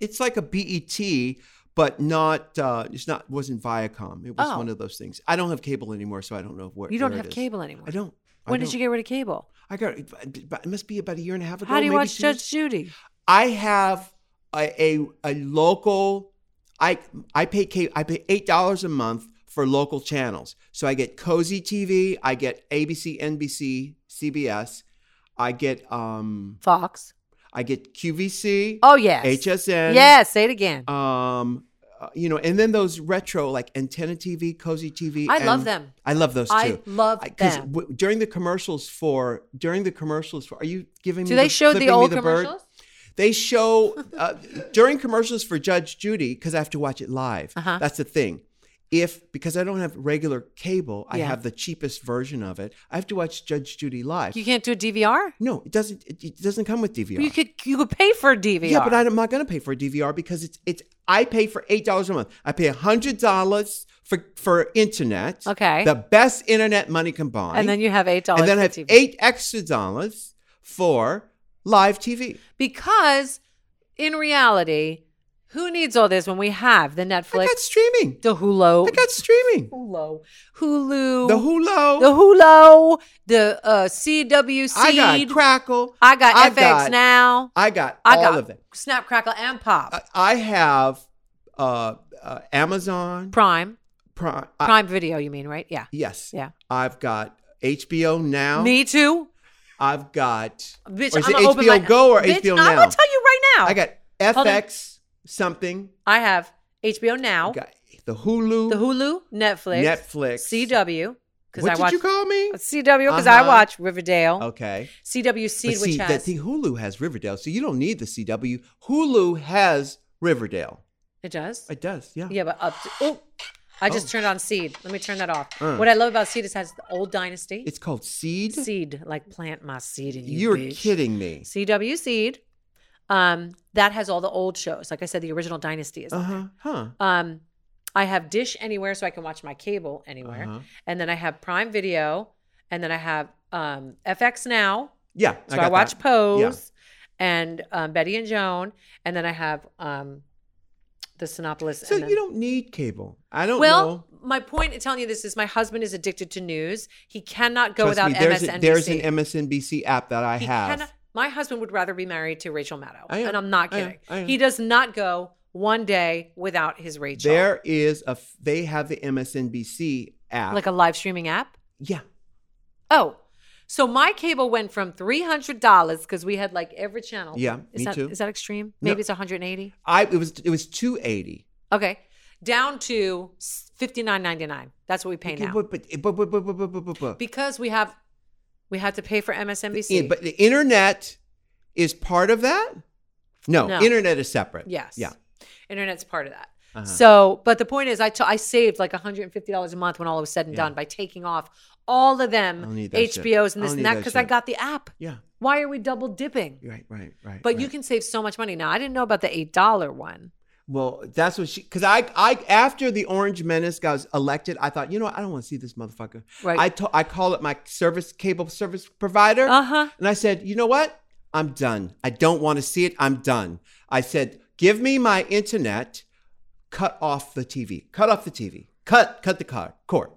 Speaker 1: It's like a BET, but not. Uh, it's not. Wasn't Viacom. It was
Speaker 2: Oh.
Speaker 1: one of those things. I don't have cable anymore, so I don't know where.
Speaker 2: You don't
Speaker 1: where it
Speaker 2: have
Speaker 1: is.
Speaker 2: cable anymore.
Speaker 1: I don't. I
Speaker 2: when did
Speaker 1: don't.
Speaker 2: you get rid of cable?
Speaker 1: I got. It must be about a year and a half ago.
Speaker 2: How do you
Speaker 1: maybe
Speaker 2: watch
Speaker 1: two years.
Speaker 2: Judge Judy?
Speaker 1: I have a a, a local. I I pay ca- I pay eight dollars a month for local channels, so I get Cozy TV, I get ABC, NBC, CBS, I get um
Speaker 2: Fox.
Speaker 1: I get QVC,
Speaker 2: Oh yes.
Speaker 1: HSN,
Speaker 2: Yes. Say it again.
Speaker 1: um. uh, You know, and then those retro like antenna TV, cozy TV.
Speaker 2: I love
Speaker 1: and-
Speaker 2: them.
Speaker 1: I love those too.
Speaker 2: I love
Speaker 1: I- 'cause
Speaker 2: them.
Speaker 1: w- during the commercials for during the commercials for are you giving
Speaker 2: do
Speaker 1: me
Speaker 2: they
Speaker 1: the,
Speaker 2: show the
Speaker 1: flipping me
Speaker 2: old
Speaker 1: the bird?
Speaker 2: commercials?
Speaker 1: They show uh, during commercials for Judge Judy because I have to watch it live.
Speaker 2: Uh-huh.
Speaker 1: That's the thing. If because I don't have regular cable, I
Speaker 2: Yeah.
Speaker 1: have the cheapest version of it. I have to watch Judge Judy live.
Speaker 2: You can't do a DVR.
Speaker 1: no, it doesn't. It, it doesn't come with DVR.
Speaker 2: You could you could pay for a DVR.
Speaker 1: yeah, but I'm not going to pay for a DVR because it's it's. I pay for eight dollars a month. I pay hundred dollars for for internet.
Speaker 2: Okay.
Speaker 1: the best internet money combined.
Speaker 2: and then you have eight dollars.
Speaker 1: and then I have
Speaker 2: for TV.
Speaker 1: eight extra dollars for live TV.
Speaker 2: Because in reality, who needs all this when we have the
Speaker 1: I
Speaker 2: Netflix,
Speaker 1: got streaming.
Speaker 2: the Hulu,
Speaker 1: I got streaming.
Speaker 2: Hulu, Hulu,
Speaker 1: The Hulu.
Speaker 2: the Hulu, the uh, CWC,
Speaker 1: I got Crackle.
Speaker 2: I got
Speaker 1: I
Speaker 2: FX
Speaker 1: got-
Speaker 2: now,
Speaker 1: I got
Speaker 2: I
Speaker 1: all
Speaker 2: got
Speaker 1: of it. Uh,
Speaker 2: Snap Crackle and Pop,
Speaker 1: I, I have uh, uh, Amazon
Speaker 2: Prime,
Speaker 1: Prime. I-
Speaker 2: Prime Video. You mean right? Yeah,
Speaker 1: yes.
Speaker 2: yeah.
Speaker 1: I've got HBO now.
Speaker 2: Me too.
Speaker 1: I've got.
Speaker 2: Bitch,
Speaker 1: Or is it
Speaker 2: I'm gonna open
Speaker 1: HBO
Speaker 2: my,
Speaker 1: Go or
Speaker 2: bitch,
Speaker 1: HBO
Speaker 2: I'm
Speaker 1: Now?
Speaker 2: gonna tell you right now.
Speaker 1: I got
Speaker 2: Oh. Hold on.
Speaker 1: FX something.
Speaker 2: I have HBO Now,
Speaker 1: I got the Hulu.
Speaker 2: Oh. the Hulu, Netflix,
Speaker 1: Netflix.
Speaker 2: CW because
Speaker 1: What
Speaker 2: I
Speaker 1: did
Speaker 2: watch
Speaker 1: you call me?
Speaker 2: CW because I
Speaker 1: Uh-huh.
Speaker 2: watch Riverdale.
Speaker 1: Okay.
Speaker 2: CW
Speaker 1: But
Speaker 2: Seed,
Speaker 1: see,
Speaker 2: which
Speaker 1: that
Speaker 2: has
Speaker 1: the Hulu has Riverdale, so you don't need the CW. Hulu has Riverdale.
Speaker 2: it does.
Speaker 1: It does, yeah.
Speaker 2: yeah, but up. To, oh, I just
Speaker 1: Oh.
Speaker 2: turned on Seed. Let me turn that off.
Speaker 1: Uh.
Speaker 2: What I love about Seed is it has the old dynasty
Speaker 1: It's called Seed.
Speaker 2: Seed, like plant my seed in you.
Speaker 1: You're
Speaker 2: bitch.
Speaker 1: kidding me.
Speaker 2: CW Seed, um, that has all the old shows. Like I said, the original dynasty is.
Speaker 1: Uh huh. Huh.
Speaker 2: Um, I have Dish anywhere, so I can watch my cable anywhere,
Speaker 1: Uh-huh.
Speaker 2: and then I have Prime Video, and then I have um, FX now.
Speaker 1: Yeah.
Speaker 2: So I,
Speaker 1: got
Speaker 2: watch
Speaker 1: that.
Speaker 2: Pose and um, Betty and Joan, and then I have um, the Sinopolis.
Speaker 1: So
Speaker 2: and then-
Speaker 1: you don't need cable. I don't
Speaker 2: well,
Speaker 1: know.
Speaker 2: my point in telling you this is my husband is addicted to news. He cannot go
Speaker 1: Trust
Speaker 2: without
Speaker 1: me, there's, a-
Speaker 2: MSNBC.
Speaker 1: there's an MSNBC app that I
Speaker 2: He
Speaker 1: have.
Speaker 2: cannot- my husband would rather be married to Rachel Maddow,
Speaker 1: I am.
Speaker 2: and I'm not
Speaker 1: I am.
Speaker 2: kidding.
Speaker 1: I am.
Speaker 2: He does not go one day without his Rachel.
Speaker 1: There is a. f- They have the MSNBC app.
Speaker 2: like a live streaming app.
Speaker 1: yeah.
Speaker 2: Oh, so my cable went from three hundred dollars because we had like every channel.
Speaker 1: Yeah,
Speaker 2: is
Speaker 1: me
Speaker 2: that,
Speaker 1: too.
Speaker 2: Is that extreme?
Speaker 1: No.
Speaker 2: Maybe it's one hundred and eighty.
Speaker 1: I it was it was two eighty.
Speaker 2: Okay. Down to fifty nine ninety nine. That's what we pay now.
Speaker 1: But but but but but but but but, but.
Speaker 2: because we have we had to pay for MSNBC.
Speaker 1: Yeah, but the internet is part of that. No,
Speaker 2: No.
Speaker 1: internet is separate.
Speaker 2: yes.
Speaker 1: Yeah.
Speaker 2: Internet's part of that.
Speaker 1: Uh-huh.
Speaker 2: So, but the point is, I t- I saved like $150 a month when all was said and
Speaker 1: Yeah.
Speaker 2: done by taking off all of
Speaker 1: I
Speaker 2: them
Speaker 1: don't need that shit.
Speaker 2: HBOs and
Speaker 1: I don't
Speaker 2: this and
Speaker 1: need
Speaker 2: that
Speaker 1: that
Speaker 2: because I
Speaker 1: shit.
Speaker 2: got the app.
Speaker 1: yeah.
Speaker 2: Why are we double dipping?
Speaker 1: Right. Right. Right.
Speaker 2: But
Speaker 1: right.
Speaker 2: you can save so much money. Now, I didn't know about the $8 one.
Speaker 1: Well, that's what she because I I after the Orange Menace got elected, I thought you know what? I don't want to see this motherfucker.
Speaker 2: Right.
Speaker 1: I to, I call it my service cable service provider,
Speaker 2: Uh huh.
Speaker 1: and I said, you know what? I'm done. I don't want to see it. I'm done. I said, give me my internet. Cut off the TV. Cut off the TV. Cut cut the car cord.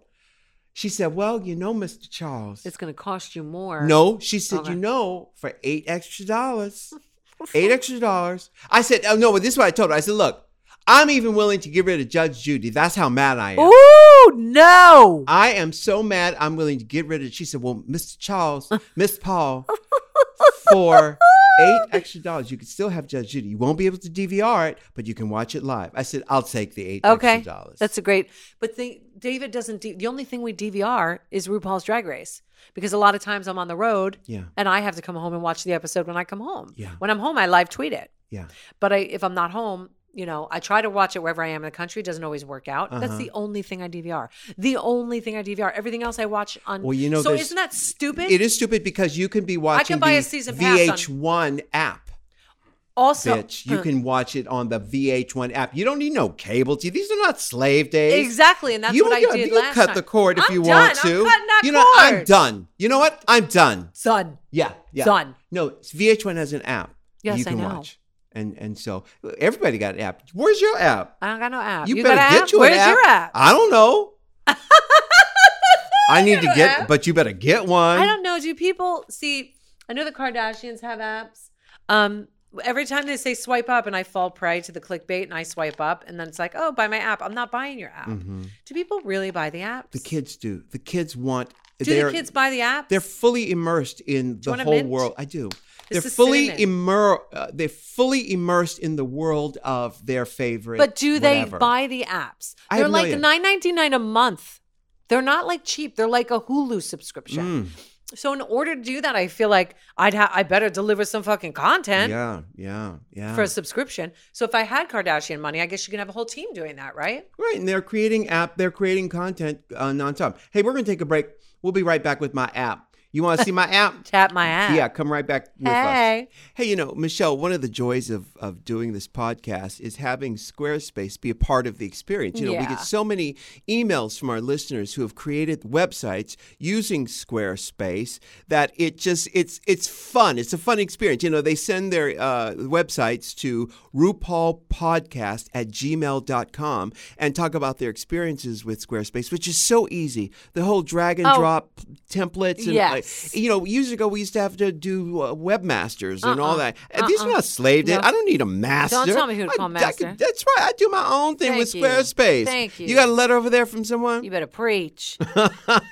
Speaker 1: She said, well, you know, Mr. Charles.
Speaker 2: It's going to cost you more.
Speaker 1: No, she said,
Speaker 2: Okay.
Speaker 1: you know, for eight extra dollars, eight extra dollars. I said, oh no, this is what I told her. I said, look, I'm even willing to get rid of Judge Judy. That's how mad I am.
Speaker 2: Ooh, no.
Speaker 1: I am so mad. I'm willing to get rid of. She said, well, Mr. Charles, Miss Paul, for eight extra dollars, you could still have Judge Judy. You won't be able to DVR it, but you can watch it live. I said, I'll take the eight
Speaker 2: Okay.
Speaker 1: extra dollars.
Speaker 2: That's a great. But the, David doesn't. D, the only thing we DVR is RuPaul's Drag Race because a lot of times I'm on the road
Speaker 1: yeah,
Speaker 2: and I have to come home and watch the episode when I come home.
Speaker 1: Yeah.
Speaker 2: When I'm home, I live tweet it.
Speaker 1: yeah.
Speaker 2: But I, if I'm not home, you know, I try to watch it wherever I am in the country. It doesn't always work out. That's
Speaker 1: Uh-huh.
Speaker 2: the only thing I DVR. The only thing I DVR. Everything else I watch on.
Speaker 1: Well, you know,
Speaker 2: so
Speaker 1: there's-
Speaker 2: isn't that stupid?
Speaker 1: It is stupid because you can be watching
Speaker 2: buy
Speaker 1: the
Speaker 2: a season pass on-
Speaker 1: VH1 app.
Speaker 2: also
Speaker 1: bitch. You can watch it on the VH1 app. You don't need no cable TV. These are not slave days.
Speaker 2: exactly, and that's
Speaker 1: you
Speaker 2: what I
Speaker 1: can-
Speaker 2: did
Speaker 1: you
Speaker 2: last
Speaker 1: can cut
Speaker 2: time.
Speaker 1: the cord if
Speaker 2: I'm
Speaker 1: you
Speaker 2: done.
Speaker 1: want to.
Speaker 2: I'm cutting that
Speaker 1: you know, I'm
Speaker 2: cord.
Speaker 1: done. You know what? I'm done.
Speaker 2: Son,
Speaker 1: Yeah, yeah.
Speaker 2: Done.
Speaker 1: No, it's- VH1 has an app.
Speaker 2: Yes,
Speaker 1: you
Speaker 2: I
Speaker 1: can
Speaker 2: know.
Speaker 1: watch. And and so everybody got an app. Where's your app?
Speaker 2: I don't got no app.
Speaker 1: You,
Speaker 2: got
Speaker 1: better
Speaker 2: an
Speaker 1: get
Speaker 2: app?
Speaker 1: you an
Speaker 2: Where's
Speaker 1: app.
Speaker 2: your app?
Speaker 1: I don't know. I need to
Speaker 2: got an
Speaker 1: get,
Speaker 2: app.
Speaker 1: but you better get one.
Speaker 2: I don't know. Do people see? I know the Kardashians have apps. Um, every time they say swipe up, and I fall prey to the clickbait, and I swipe up, and then it's like, oh, buy my app. I'm not buying your app.
Speaker 1: Mhm.
Speaker 2: Do people really buy the apps?
Speaker 1: The kids do. The kids want.
Speaker 2: Do
Speaker 1: they're-
Speaker 2: the kids buy the apps?
Speaker 1: They're fully immersed in the
Speaker 2: want a
Speaker 1: whole
Speaker 2: mint?
Speaker 1: world. I do.
Speaker 2: This
Speaker 1: they're
Speaker 2: is
Speaker 1: fully
Speaker 2: cinnamon.
Speaker 1: immer- uh, They're fully immersed in the world of their favorite.
Speaker 2: but do they
Speaker 1: whatever.
Speaker 2: buy the apps?
Speaker 1: I have
Speaker 2: They're
Speaker 1: no
Speaker 2: like
Speaker 1: idea.
Speaker 2: nine ninety nine a month. They're not like cheap. They're like a Hulu subscription.
Speaker 1: Mm,
Speaker 2: So in order to do that, I feel like I'd ha- I better deliver some fucking content
Speaker 1: yeah, yeah, yeah.
Speaker 2: for a subscription. So if I had Kardashian money, I guess you can have a whole team doing that, right?
Speaker 1: right, and they're creating app. They're creating content uh, nonstop. Hey, we're gonna take a break. We'll be right back with my app. You want to see my app?
Speaker 2: Tap my app.
Speaker 1: Yeah, come right back with us.
Speaker 2: Hey.
Speaker 1: Hey, you know, Michelle, one of the joys of, of doing this podcast is having Squarespace be a part of the experience. You know, we
Speaker 2: Yeah.
Speaker 1: get so many emails from our listeners who have created websites using Squarespace that it just it's it's fun. It's a fun experience. You know, they send their uh, websites to RuPaulPodcast at gmail.com and talk about their experiences with Squarespace, which is so easy. The whole drag and
Speaker 2: Oh.
Speaker 1: drop templates and like,
Speaker 2: Yes.
Speaker 1: you know, years ago we used to have to do uh, webmasters and all
Speaker 2: Uh-uh.
Speaker 1: that. Uh, These are not slave days.
Speaker 2: No.
Speaker 1: I don't need a master.
Speaker 2: tell me who to
Speaker 1: I-
Speaker 2: call
Speaker 1: I could-
Speaker 2: master.
Speaker 1: that's right. I do my own thing with
Speaker 2: Thank you.
Speaker 1: Squarespace.
Speaker 2: Thank
Speaker 1: You
Speaker 2: you.
Speaker 1: got a letter over there from someone?
Speaker 2: You better preach.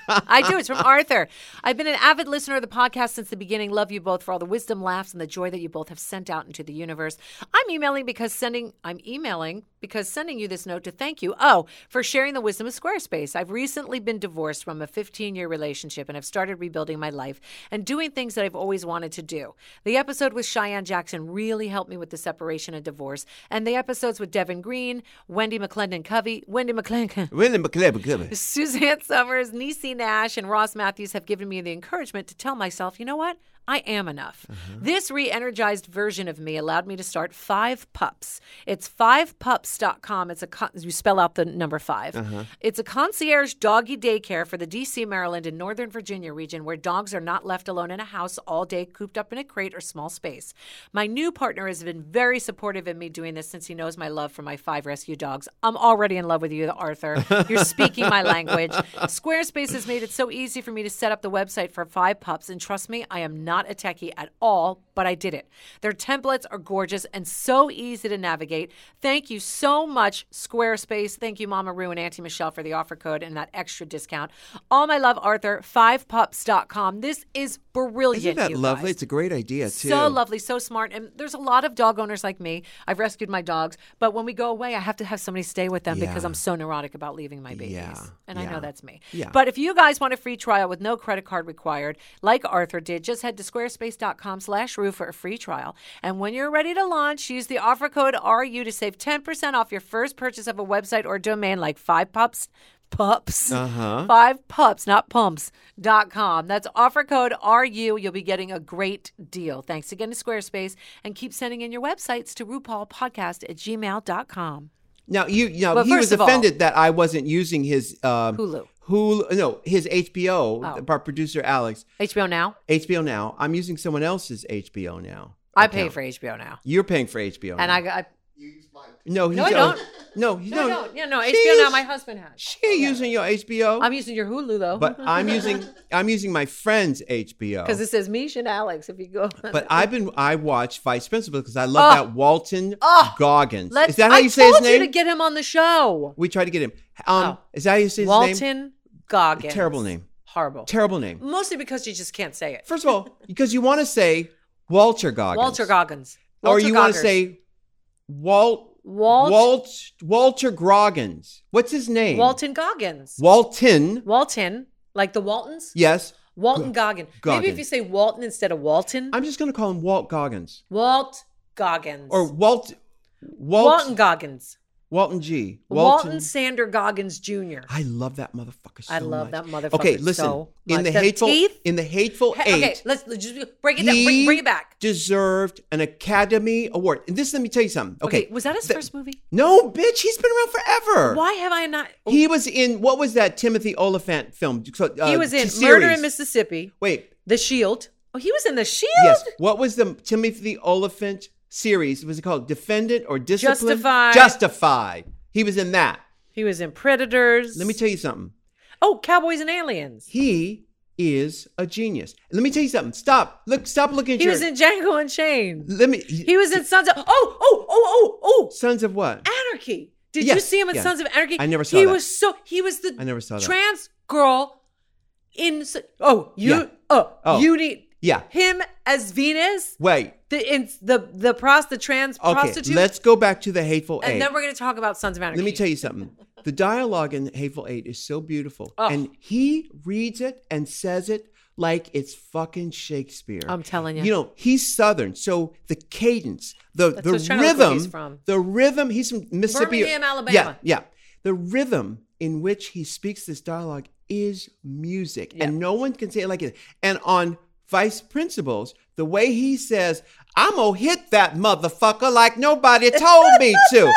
Speaker 2: I do. It's from Arthur. I've been an avid listener of the podcast since the beginning. Love you both for all the wisdom, laughs, and the joy that you both have sent out into the universe. I'm emailing because sending I'm emailing because sending you this note to thank you. Oh, for sharing the wisdom of Squarespace. I've recently been divorced from a 15-year relationship and have started rebuilding my life and doing things that I've always wanted to do. The episode with Cheyenne Jackson really helped me with the separation and divorce, and the episodes with Devin Green, Wendy McClendon Covey, Wendy McClendon.
Speaker 1: William McClellan- McClellan.
Speaker 2: Suzanne Summers, Niecy Nash, and Ross Matthews have given me the encouragement to tell myself, you know what? I am enough. This re energized version of me allowed me to start Five Pups. It's fivepups.com. It's a, con- you spell out the number 5 It's a concierge doggy daycare for the DC, Maryland, and Northern Virginia region where dogs are not left alone in a house all day, cooped up in a crate or small space. My new partner has been very supportive in me doing this since he knows my love for my five rescue dogs. I'm already in love with you, Arthur. You're speaking my language. Squarespace has made it so easy for me to set up the website for Five Pups, and trust me, I am not a techie at all, but I did it. Their templates are gorgeous and so easy to navigate. Thank you so much, Squarespace. Thank you, Mama Rue and Auntie Michelle, for the offer code and that extra discount. All my love, Arthur, fivepups.com. This is brilliant.
Speaker 1: Isn't that
Speaker 2: you
Speaker 1: lovely?
Speaker 2: guys.
Speaker 1: It's a great idea, too.
Speaker 2: So lovely, so smart. And there's a lot of dog owners like me. I've rescued my dogs, but when we go away, I have to have somebody stay with them because
Speaker 1: Yeah.
Speaker 2: I'm so neurotic about leaving my babies.
Speaker 1: Yeah,
Speaker 2: And I
Speaker 1: yeah.
Speaker 2: know that's me.
Speaker 1: Yeah.
Speaker 2: But if you guys want a free trial with no credit card required, like Arthur did, just head to squarespace.com slash rue for a free trial. And when you're ready to launch, use the offer code RU to save 10% off your first purchase of a website or domain like fivepups, pups.
Speaker 1: Uh huh.
Speaker 2: Five pups, not pumps, dot com. That's offer code RU. You'll be getting a great deal. Thanks again to Squarespace and keep sending in your websites to RuPaulPodcast at gmail.com.
Speaker 1: Now you, you know,
Speaker 2: But
Speaker 1: he was
Speaker 2: first of all-
Speaker 1: offended that I wasn't using his um,
Speaker 2: Hulu.
Speaker 1: Hulu. No, his HBO.
Speaker 2: Oh.
Speaker 1: Our producer Alex.
Speaker 2: HBO Now?
Speaker 1: HBO now. I'm using someone else's HBO now.
Speaker 2: I pay
Speaker 1: account.
Speaker 2: for HBO Now.
Speaker 1: You're paying for HBO.
Speaker 2: And
Speaker 1: now.
Speaker 2: I got.
Speaker 1: no, he's
Speaker 2: No, I don't.
Speaker 1: no, he's no,
Speaker 2: No, no, yeah, no.
Speaker 1: She
Speaker 2: HBO Now,
Speaker 1: is-
Speaker 2: my husband has.
Speaker 1: She ain't using your HBO.
Speaker 2: I'm using your Hulu, though.
Speaker 1: but I'm using I'm using my friend's HBO.
Speaker 2: Because it says Misha and Alex if you go. on
Speaker 1: But
Speaker 2: it.
Speaker 1: I've been I watch Vice Principal because I love that Walton Goggins.
Speaker 2: Let's-
Speaker 1: is that how
Speaker 2: I
Speaker 1: you say his
Speaker 2: told
Speaker 1: name?
Speaker 2: you to get him on the show.
Speaker 1: we tried to get him. Um,
Speaker 2: Oh.
Speaker 1: is that how you say his
Speaker 2: Walton
Speaker 1: name?
Speaker 2: Goggins.
Speaker 1: Terrible name.
Speaker 2: Horrible.
Speaker 1: Terrible name.
Speaker 2: Mostly because you just can't say it.
Speaker 1: First of all, because you want to say Walter Goggins,
Speaker 2: Walter Goggins.
Speaker 1: or
Speaker 2: Walter
Speaker 1: you want to
Speaker 2: Goggers.
Speaker 1: say Walt
Speaker 2: Walt,
Speaker 1: Walt Walter Groggins. What's his name?
Speaker 2: Walton Goggins.
Speaker 1: Walton.
Speaker 2: Walton, like the Waltons.
Speaker 1: Yes,
Speaker 2: Walton Goggin. Maybe
Speaker 1: Goggin.
Speaker 2: if you say Walton instead of Walton,
Speaker 1: I'm just going to call him Walt Goggins
Speaker 2: Walt Goggins
Speaker 1: or Walt Walt
Speaker 2: Walton Goggins.
Speaker 1: Walton G.
Speaker 2: Walton, Sander Goggins Jr.
Speaker 1: I love that motherfucker so
Speaker 2: I love
Speaker 1: much.
Speaker 2: that motherfucker
Speaker 1: Okay, listen.
Speaker 2: so
Speaker 1: in
Speaker 2: much.
Speaker 1: the
Speaker 2: The
Speaker 1: hateful
Speaker 2: teeth?
Speaker 1: in the hateful
Speaker 2: Hey,
Speaker 1: eight
Speaker 2: okay, let's, let's just break it down.
Speaker 1: He-
Speaker 2: Bring, bring it back.
Speaker 1: deserved an Academy Award. And this let me tell you something. Okay.
Speaker 2: Okay, was that his
Speaker 1: The-
Speaker 2: first movie?
Speaker 1: No, bitch, he's been around forever.
Speaker 2: Why have I not?
Speaker 1: He was in what was that Timothy Oliphant film? So, uh,
Speaker 2: he was in
Speaker 1: series.
Speaker 2: Murder in Mississippi,
Speaker 1: Wait,
Speaker 2: The Shield. Oh, he was in The Shield.
Speaker 1: yes. What was the Timothy Oliphant series? Was it called Defendant or Discipline?
Speaker 2: Justified.
Speaker 1: Justified. He was in that.
Speaker 2: He was in Predators.
Speaker 1: Let me tell you something.
Speaker 2: Oh, Cowboys and Aliens.
Speaker 1: He is a genius. Let me tell you something. Stop. Look. Stop looking at
Speaker 2: He
Speaker 1: your.
Speaker 2: was in Django Unchained.
Speaker 1: Let me.
Speaker 2: He was in Sons of Oh, oh, oh, oh,
Speaker 1: Sons of what?
Speaker 2: oh, Anarchy. Did you
Speaker 1: Yes,
Speaker 2: see him in
Speaker 1: yes.
Speaker 2: Sons of Anarchy?
Speaker 1: I never saw
Speaker 2: He
Speaker 1: that.
Speaker 2: was so he was the
Speaker 1: I never saw that.
Speaker 2: trans girl in s- Oh, you
Speaker 1: Yeah.
Speaker 2: oh,
Speaker 1: Oh.
Speaker 2: you need
Speaker 1: Yeah.
Speaker 2: him as Venus,
Speaker 1: Wait.
Speaker 2: the in the the pros the trans
Speaker 1: Okay.
Speaker 2: prostitute.
Speaker 1: Let's go back to the hateful
Speaker 2: and
Speaker 1: eight.
Speaker 2: then we're going to talk about Sons of Anarchy.
Speaker 1: Let me tell you something. The dialogue in Hateful Eight is so beautiful,
Speaker 2: Oh.
Speaker 1: and he reads it and says it like it's fucking Shakespeare.
Speaker 2: I'm telling you.
Speaker 1: You know, he's Southern, so the cadence, the
Speaker 2: what I was
Speaker 1: the
Speaker 2: trying to look where
Speaker 1: rhythm,
Speaker 2: he's from.
Speaker 1: the rhythm. He's from Mississippi,
Speaker 2: Birmingham,
Speaker 1: Yeah,
Speaker 2: Alabama.
Speaker 1: yeah. The rhythm in which he speaks this dialogue is music, and no one can say it like it. And on Vice Principals, the way he says, "I'm gonna hit that motherfucker like nobody told me to,"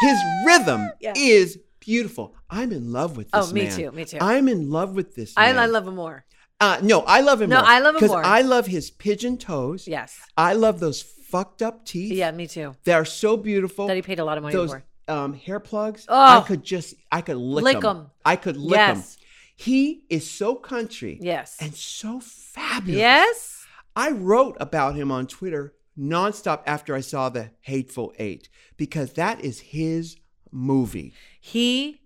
Speaker 1: his rhythm
Speaker 2: Yeah.
Speaker 1: is beautiful. I'm in love with
Speaker 2: Oh,
Speaker 1: this
Speaker 2: me
Speaker 1: man.
Speaker 2: too, me too.
Speaker 1: I'm in love with this.
Speaker 2: I,
Speaker 1: man.
Speaker 2: I love him more.
Speaker 1: Uh, no, I love him.
Speaker 2: No, I love him
Speaker 1: because
Speaker 2: more.
Speaker 1: I love his pigeon toes.
Speaker 2: Yes.
Speaker 1: I love those fucked up teeth.
Speaker 2: Yeah, me too.
Speaker 1: They are so beautiful.
Speaker 2: That he paid a lot of money
Speaker 1: Those
Speaker 2: for.
Speaker 1: um, hair plugs.
Speaker 2: Ugh.
Speaker 1: I could just, I could lick,
Speaker 2: Lick 'em.
Speaker 1: I could lick
Speaker 2: Yes.
Speaker 1: them. He is so country
Speaker 2: Yes.
Speaker 1: and so fabulous.
Speaker 2: Yes.
Speaker 1: I wrote about him on Twitter nonstop after I saw The Hateful Eight because that is his movie.
Speaker 2: He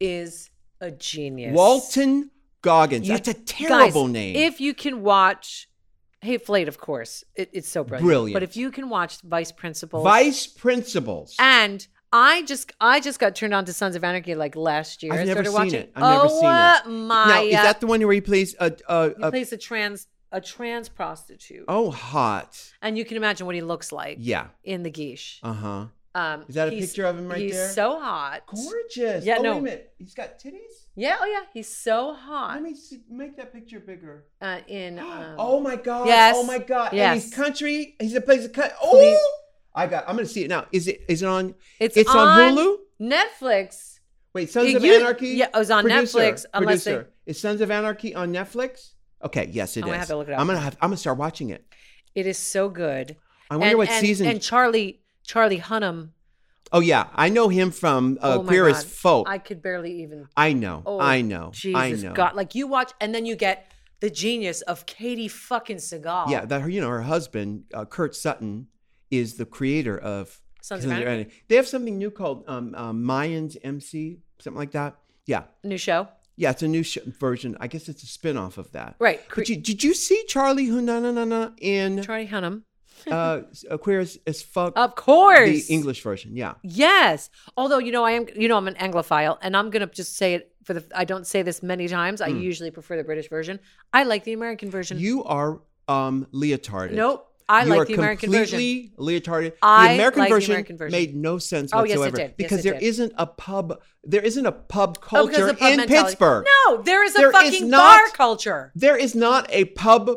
Speaker 2: is a genius.
Speaker 1: Walton Goggins.
Speaker 2: You-
Speaker 1: That's a
Speaker 2: Guys,
Speaker 1: terrible name.
Speaker 2: If you can watch Hateful Eight, of course, it, it's so brilliant.
Speaker 1: Brilliant.
Speaker 2: But if you can watch Vice Principal,
Speaker 1: Vice Principals.
Speaker 2: and I just I just got turned on to Sons of Anarchy like last year.
Speaker 1: I've
Speaker 2: I
Speaker 1: never
Speaker 2: started
Speaker 1: seen
Speaker 2: watching.
Speaker 1: it. I've never
Speaker 2: oh,
Speaker 1: seen it.
Speaker 2: my! uh,
Speaker 1: now, is that the one where he plays a, a,
Speaker 2: he
Speaker 1: a
Speaker 2: plays a trans a trans prostitute,
Speaker 1: oh hot?
Speaker 2: and you can imagine what he looks like
Speaker 1: Yeah.
Speaker 2: in the guiche.
Speaker 1: Uh huh.
Speaker 2: Um,
Speaker 1: Is that a
Speaker 2: he's-
Speaker 1: picture of him right
Speaker 2: he's
Speaker 1: there?
Speaker 2: so hot.
Speaker 1: Gorgeous.
Speaker 2: Yeah,
Speaker 1: oh,
Speaker 2: no.
Speaker 1: Wait a minute. He's got titties.
Speaker 2: Yeah, oh yeah, he's so hot.
Speaker 1: Let me see, make that picture bigger.
Speaker 2: uh, in um,
Speaker 1: oh my god.
Speaker 2: yes,
Speaker 1: Oh my god. And he's
Speaker 2: yes.
Speaker 1: country. He's a place of cut.
Speaker 2: Please.
Speaker 1: Oh. I got. I'm gonna see it now. Is it? Is it on?
Speaker 2: it's,
Speaker 1: it's on
Speaker 2: on
Speaker 1: Hulu?
Speaker 2: Netflix.
Speaker 1: Wait, Sons
Speaker 2: It
Speaker 1: of
Speaker 2: u-
Speaker 1: Anarchy.
Speaker 2: yeah, it was on Netflix, unless they-
Speaker 1: producer. Is Sons of Anarchy on Netflix? Okay. Yes, it is.
Speaker 2: I'm gonna have to look it up.
Speaker 1: I'm gonna have. I'm gonna start watching it.
Speaker 2: It is so good.
Speaker 1: I wonder
Speaker 2: and,
Speaker 1: what
Speaker 2: and-
Speaker 1: season.
Speaker 2: And Charlie Charlie Hunnam.
Speaker 1: oh yeah, I know him from uh,
Speaker 2: oh my
Speaker 1: Queer as
Speaker 2: God.
Speaker 1: Folk.
Speaker 2: I
Speaker 1: I,
Speaker 2: could barely even.
Speaker 1: know.
Speaker 2: Oh,
Speaker 1: I know.
Speaker 2: Jesus
Speaker 1: I know.
Speaker 2: God! Like you watch, and then you get the genius of Katie fucking Segal.
Speaker 1: Yeah, that her, you know, her husband uh, Kurt Sutton is the creator of
Speaker 2: Sons of Anarchy.
Speaker 1: They have something new called um, uh, Mayans MC, something like that. Yeah,
Speaker 2: New show.
Speaker 1: yeah, it's a new sh- version. I guess it's a spin off of that.
Speaker 2: Right. Cre-
Speaker 1: But you, did you see Charlie Hunanana in
Speaker 2: Charlie Hunnam.
Speaker 1: uh, Queer as, as Fuck?
Speaker 2: Of course.
Speaker 1: The English version, yeah.
Speaker 2: Yes. Although you know I am you know I'm an Anglophile and I'm gonna just say it for the I don't say this many times.
Speaker 1: Hmm.
Speaker 2: I usually prefer the British version. I like the American version.
Speaker 1: You are um, leotarded.
Speaker 2: nope. I
Speaker 1: you
Speaker 2: like
Speaker 1: are
Speaker 2: the American
Speaker 1: completely leotarded.
Speaker 2: I
Speaker 1: the American
Speaker 2: like the
Speaker 1: version
Speaker 2: American version.
Speaker 1: made no sense
Speaker 2: Oh, yes, it
Speaker 1: whatsoever
Speaker 2: did. Yes,
Speaker 1: because
Speaker 2: it
Speaker 1: there
Speaker 2: did.
Speaker 1: not a pub. There isn't a pub
Speaker 2: Oh, because
Speaker 1: culture
Speaker 2: of pub
Speaker 1: in
Speaker 2: mentality.
Speaker 1: Pittsburgh.
Speaker 2: No, there is a
Speaker 1: There is
Speaker 2: fucking
Speaker 1: not-
Speaker 2: bar culture.
Speaker 1: There is not a pub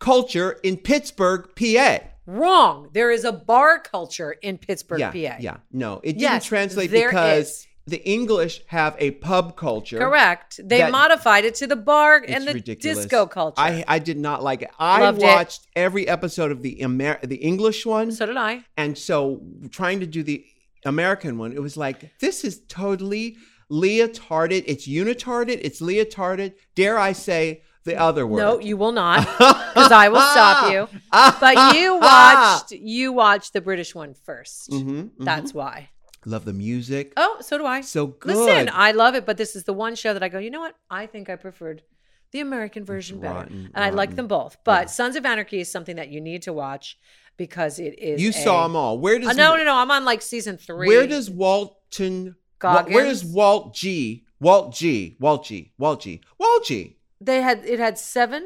Speaker 1: culture in Pittsburgh, PA.
Speaker 2: Wrong. There is a bar culture in Pittsburgh,
Speaker 1: yeah,
Speaker 2: PA.
Speaker 1: yeah. No, it didn't
Speaker 2: Yes,
Speaker 1: translate
Speaker 2: there
Speaker 1: because
Speaker 2: is.
Speaker 1: the English have a pub culture.
Speaker 2: Correct. They
Speaker 1: That-
Speaker 2: modified it to the bar and
Speaker 1: It's
Speaker 2: the
Speaker 1: ridiculous.
Speaker 2: disco culture.
Speaker 1: I, I did not like it. I
Speaker 2: Loved it.
Speaker 1: watched every episode of the Amer- the English one,
Speaker 2: so did I.
Speaker 1: and so trying to do the American one, it was like this is totally leotarded. It's unitarded. It's leotarded. Dare I say the other word?
Speaker 2: No, you will not, because I will stop you.
Speaker 1: Ah.
Speaker 2: But you watched you watched the British one first.
Speaker 1: Mhm, mhm.
Speaker 2: That's why.
Speaker 1: Love the music.
Speaker 2: Oh, so do I.
Speaker 1: So good.
Speaker 2: Listen, I love it, but this is the one show that I go, you know what? I think I preferred the American version better.
Speaker 1: rotten,
Speaker 2: and I like
Speaker 1: rotten.
Speaker 2: them both. But Sons of Anarchy is something that you need to watch because it is.
Speaker 1: you
Speaker 2: a-
Speaker 1: saw them all. Where does
Speaker 2: Uh, no, no, no. I'm on like season three.
Speaker 1: Where does Walton? Wa-
Speaker 2: Goggins?
Speaker 1: Where does Walt G? Walt G. Walt G. Walt G. Walt G.
Speaker 2: they had it had seven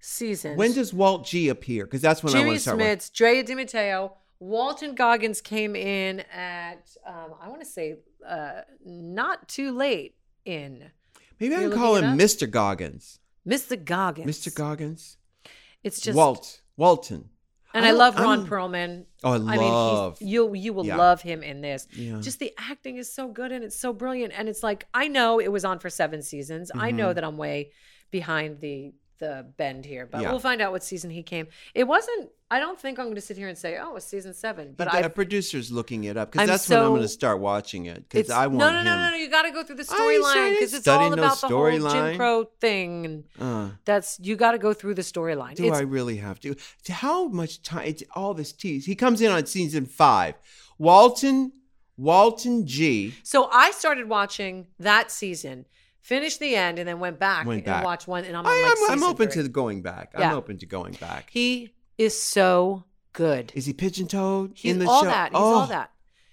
Speaker 2: seasons?
Speaker 1: When does Walt G appear? Because that's when I want
Speaker 2: Jimmy
Speaker 1: to start.
Speaker 2: Smits, Drea DiMatteo, Walton Goggins came in at um, I want to say uh, not too late in
Speaker 1: With. Maybe I
Speaker 2: You're
Speaker 1: can call
Speaker 2: looking
Speaker 1: him
Speaker 2: it
Speaker 1: Mr. Goggins.
Speaker 2: Mr. Goggins.
Speaker 1: Mr. Goggins.
Speaker 2: It's just
Speaker 1: Walt. Walton.
Speaker 2: and
Speaker 1: I
Speaker 2: I,
Speaker 1: don't-
Speaker 2: love
Speaker 1: I
Speaker 2: Ron
Speaker 1: don't-
Speaker 2: Perlman.
Speaker 1: Oh, I
Speaker 2: I mean,
Speaker 1: love.
Speaker 2: he's, you you will
Speaker 1: Yeah.
Speaker 2: love him in this.
Speaker 1: yeah.
Speaker 2: Just the acting is so good and it's so brilliant. And it's like I know it was on for seven seasons. I know
Speaker 1: Mm-hmm.
Speaker 2: that I'm way behind the the bend here, but
Speaker 1: Yeah.
Speaker 2: we'll find out what season he came. It wasn't. I don't think I'm going to sit here and say, "Oh, it was season seven. But
Speaker 1: The-
Speaker 2: I
Speaker 1: a producer's looking it up
Speaker 2: I'm
Speaker 1: because that's when I'm
Speaker 2: so-
Speaker 1: going to start watching it because
Speaker 2: It's-
Speaker 1: I want
Speaker 2: no, no,
Speaker 1: him.
Speaker 2: no, no, no. You got to go through the
Speaker 1: I ain't
Speaker 2: storyline
Speaker 1: saying
Speaker 2: because it's all
Speaker 1: studying no
Speaker 2: about the whole Jim
Speaker 1: storyline.
Speaker 2: Crow thing, and
Speaker 1: Uh,
Speaker 2: that's you got to go through the storyline.
Speaker 1: do
Speaker 2: It's
Speaker 1: I really have to? How much time? It's all this tease. He comes in on season five. Walton. Walton G.
Speaker 2: So I started watching that season, finished the end, and then went back
Speaker 1: Went
Speaker 2: and
Speaker 1: back.
Speaker 2: watched one. And I'm on like
Speaker 1: I, am I'm
Speaker 2: season
Speaker 1: open
Speaker 2: three.
Speaker 1: to going back.
Speaker 2: Yeah.
Speaker 1: I'm open to going back.
Speaker 2: He is so good.
Speaker 1: Is he pigeon toed
Speaker 2: He's
Speaker 1: in the
Speaker 2: all
Speaker 1: show?
Speaker 2: that. He's
Speaker 1: oh,
Speaker 2: all that.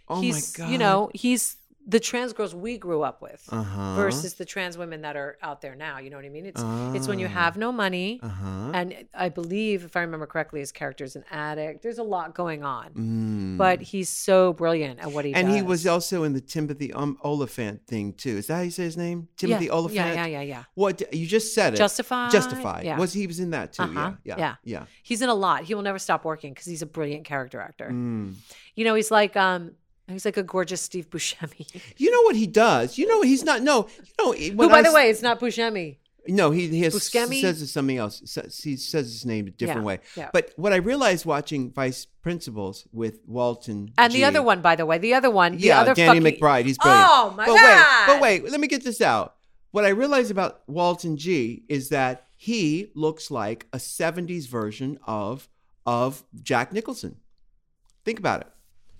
Speaker 1: Oh my
Speaker 2: he's
Speaker 1: god.
Speaker 2: you know he's the trans girls we grew up with
Speaker 1: Uh-huh.
Speaker 2: versus the trans women that are out there now. You know what I mean? It's it's when you have no money.
Speaker 1: Uh-huh.
Speaker 2: And I believe, if I remember correctly, his character is an addict. There's a lot going on,
Speaker 1: Mm.
Speaker 2: but he's so brilliant at what he
Speaker 1: and
Speaker 2: does.
Speaker 1: he was also in the Timothy um, Oliphant thing too. Is that how you say his name?
Speaker 2: Yeah,
Speaker 1: Timothy Oliphant.
Speaker 2: Yeah, yeah, yeah, yeah.
Speaker 1: What you just said it.
Speaker 2: Justified.
Speaker 1: Justified.
Speaker 2: Yeah.
Speaker 1: Was he was in that too?
Speaker 2: Uh-huh.
Speaker 1: Yeah,
Speaker 2: Yeah.
Speaker 1: yeah, yeah.
Speaker 2: He's in a lot. He will never stop working because he's a brilliant character actor.
Speaker 1: Mm.
Speaker 2: You know, he's like um, he's like a gorgeous Steve Buscemi.
Speaker 1: You know what he does? You know what he's not. No, you know. it-
Speaker 2: Who,
Speaker 1: when
Speaker 2: by
Speaker 1: I
Speaker 2: the
Speaker 1: s-
Speaker 2: way, it's not Buscemi.
Speaker 1: No, he, he has,
Speaker 2: Buscemi?
Speaker 1: says it's something else. Says- He says his name a different
Speaker 2: Yeah,
Speaker 1: way.
Speaker 2: yeah.
Speaker 1: But what I realized watching Vice Principals with Walton
Speaker 2: And
Speaker 1: G,
Speaker 2: the other one, by the way, the other one, the
Speaker 1: yeah,
Speaker 2: other
Speaker 1: Danny
Speaker 2: fucking,
Speaker 1: McBride. He's brilliant.
Speaker 2: Oh my
Speaker 1: but
Speaker 2: god!
Speaker 1: wait, but wait, let me get this out. What I realized about Walton G is that he looks like a '70s version of of Jack Nicholson. Think about it.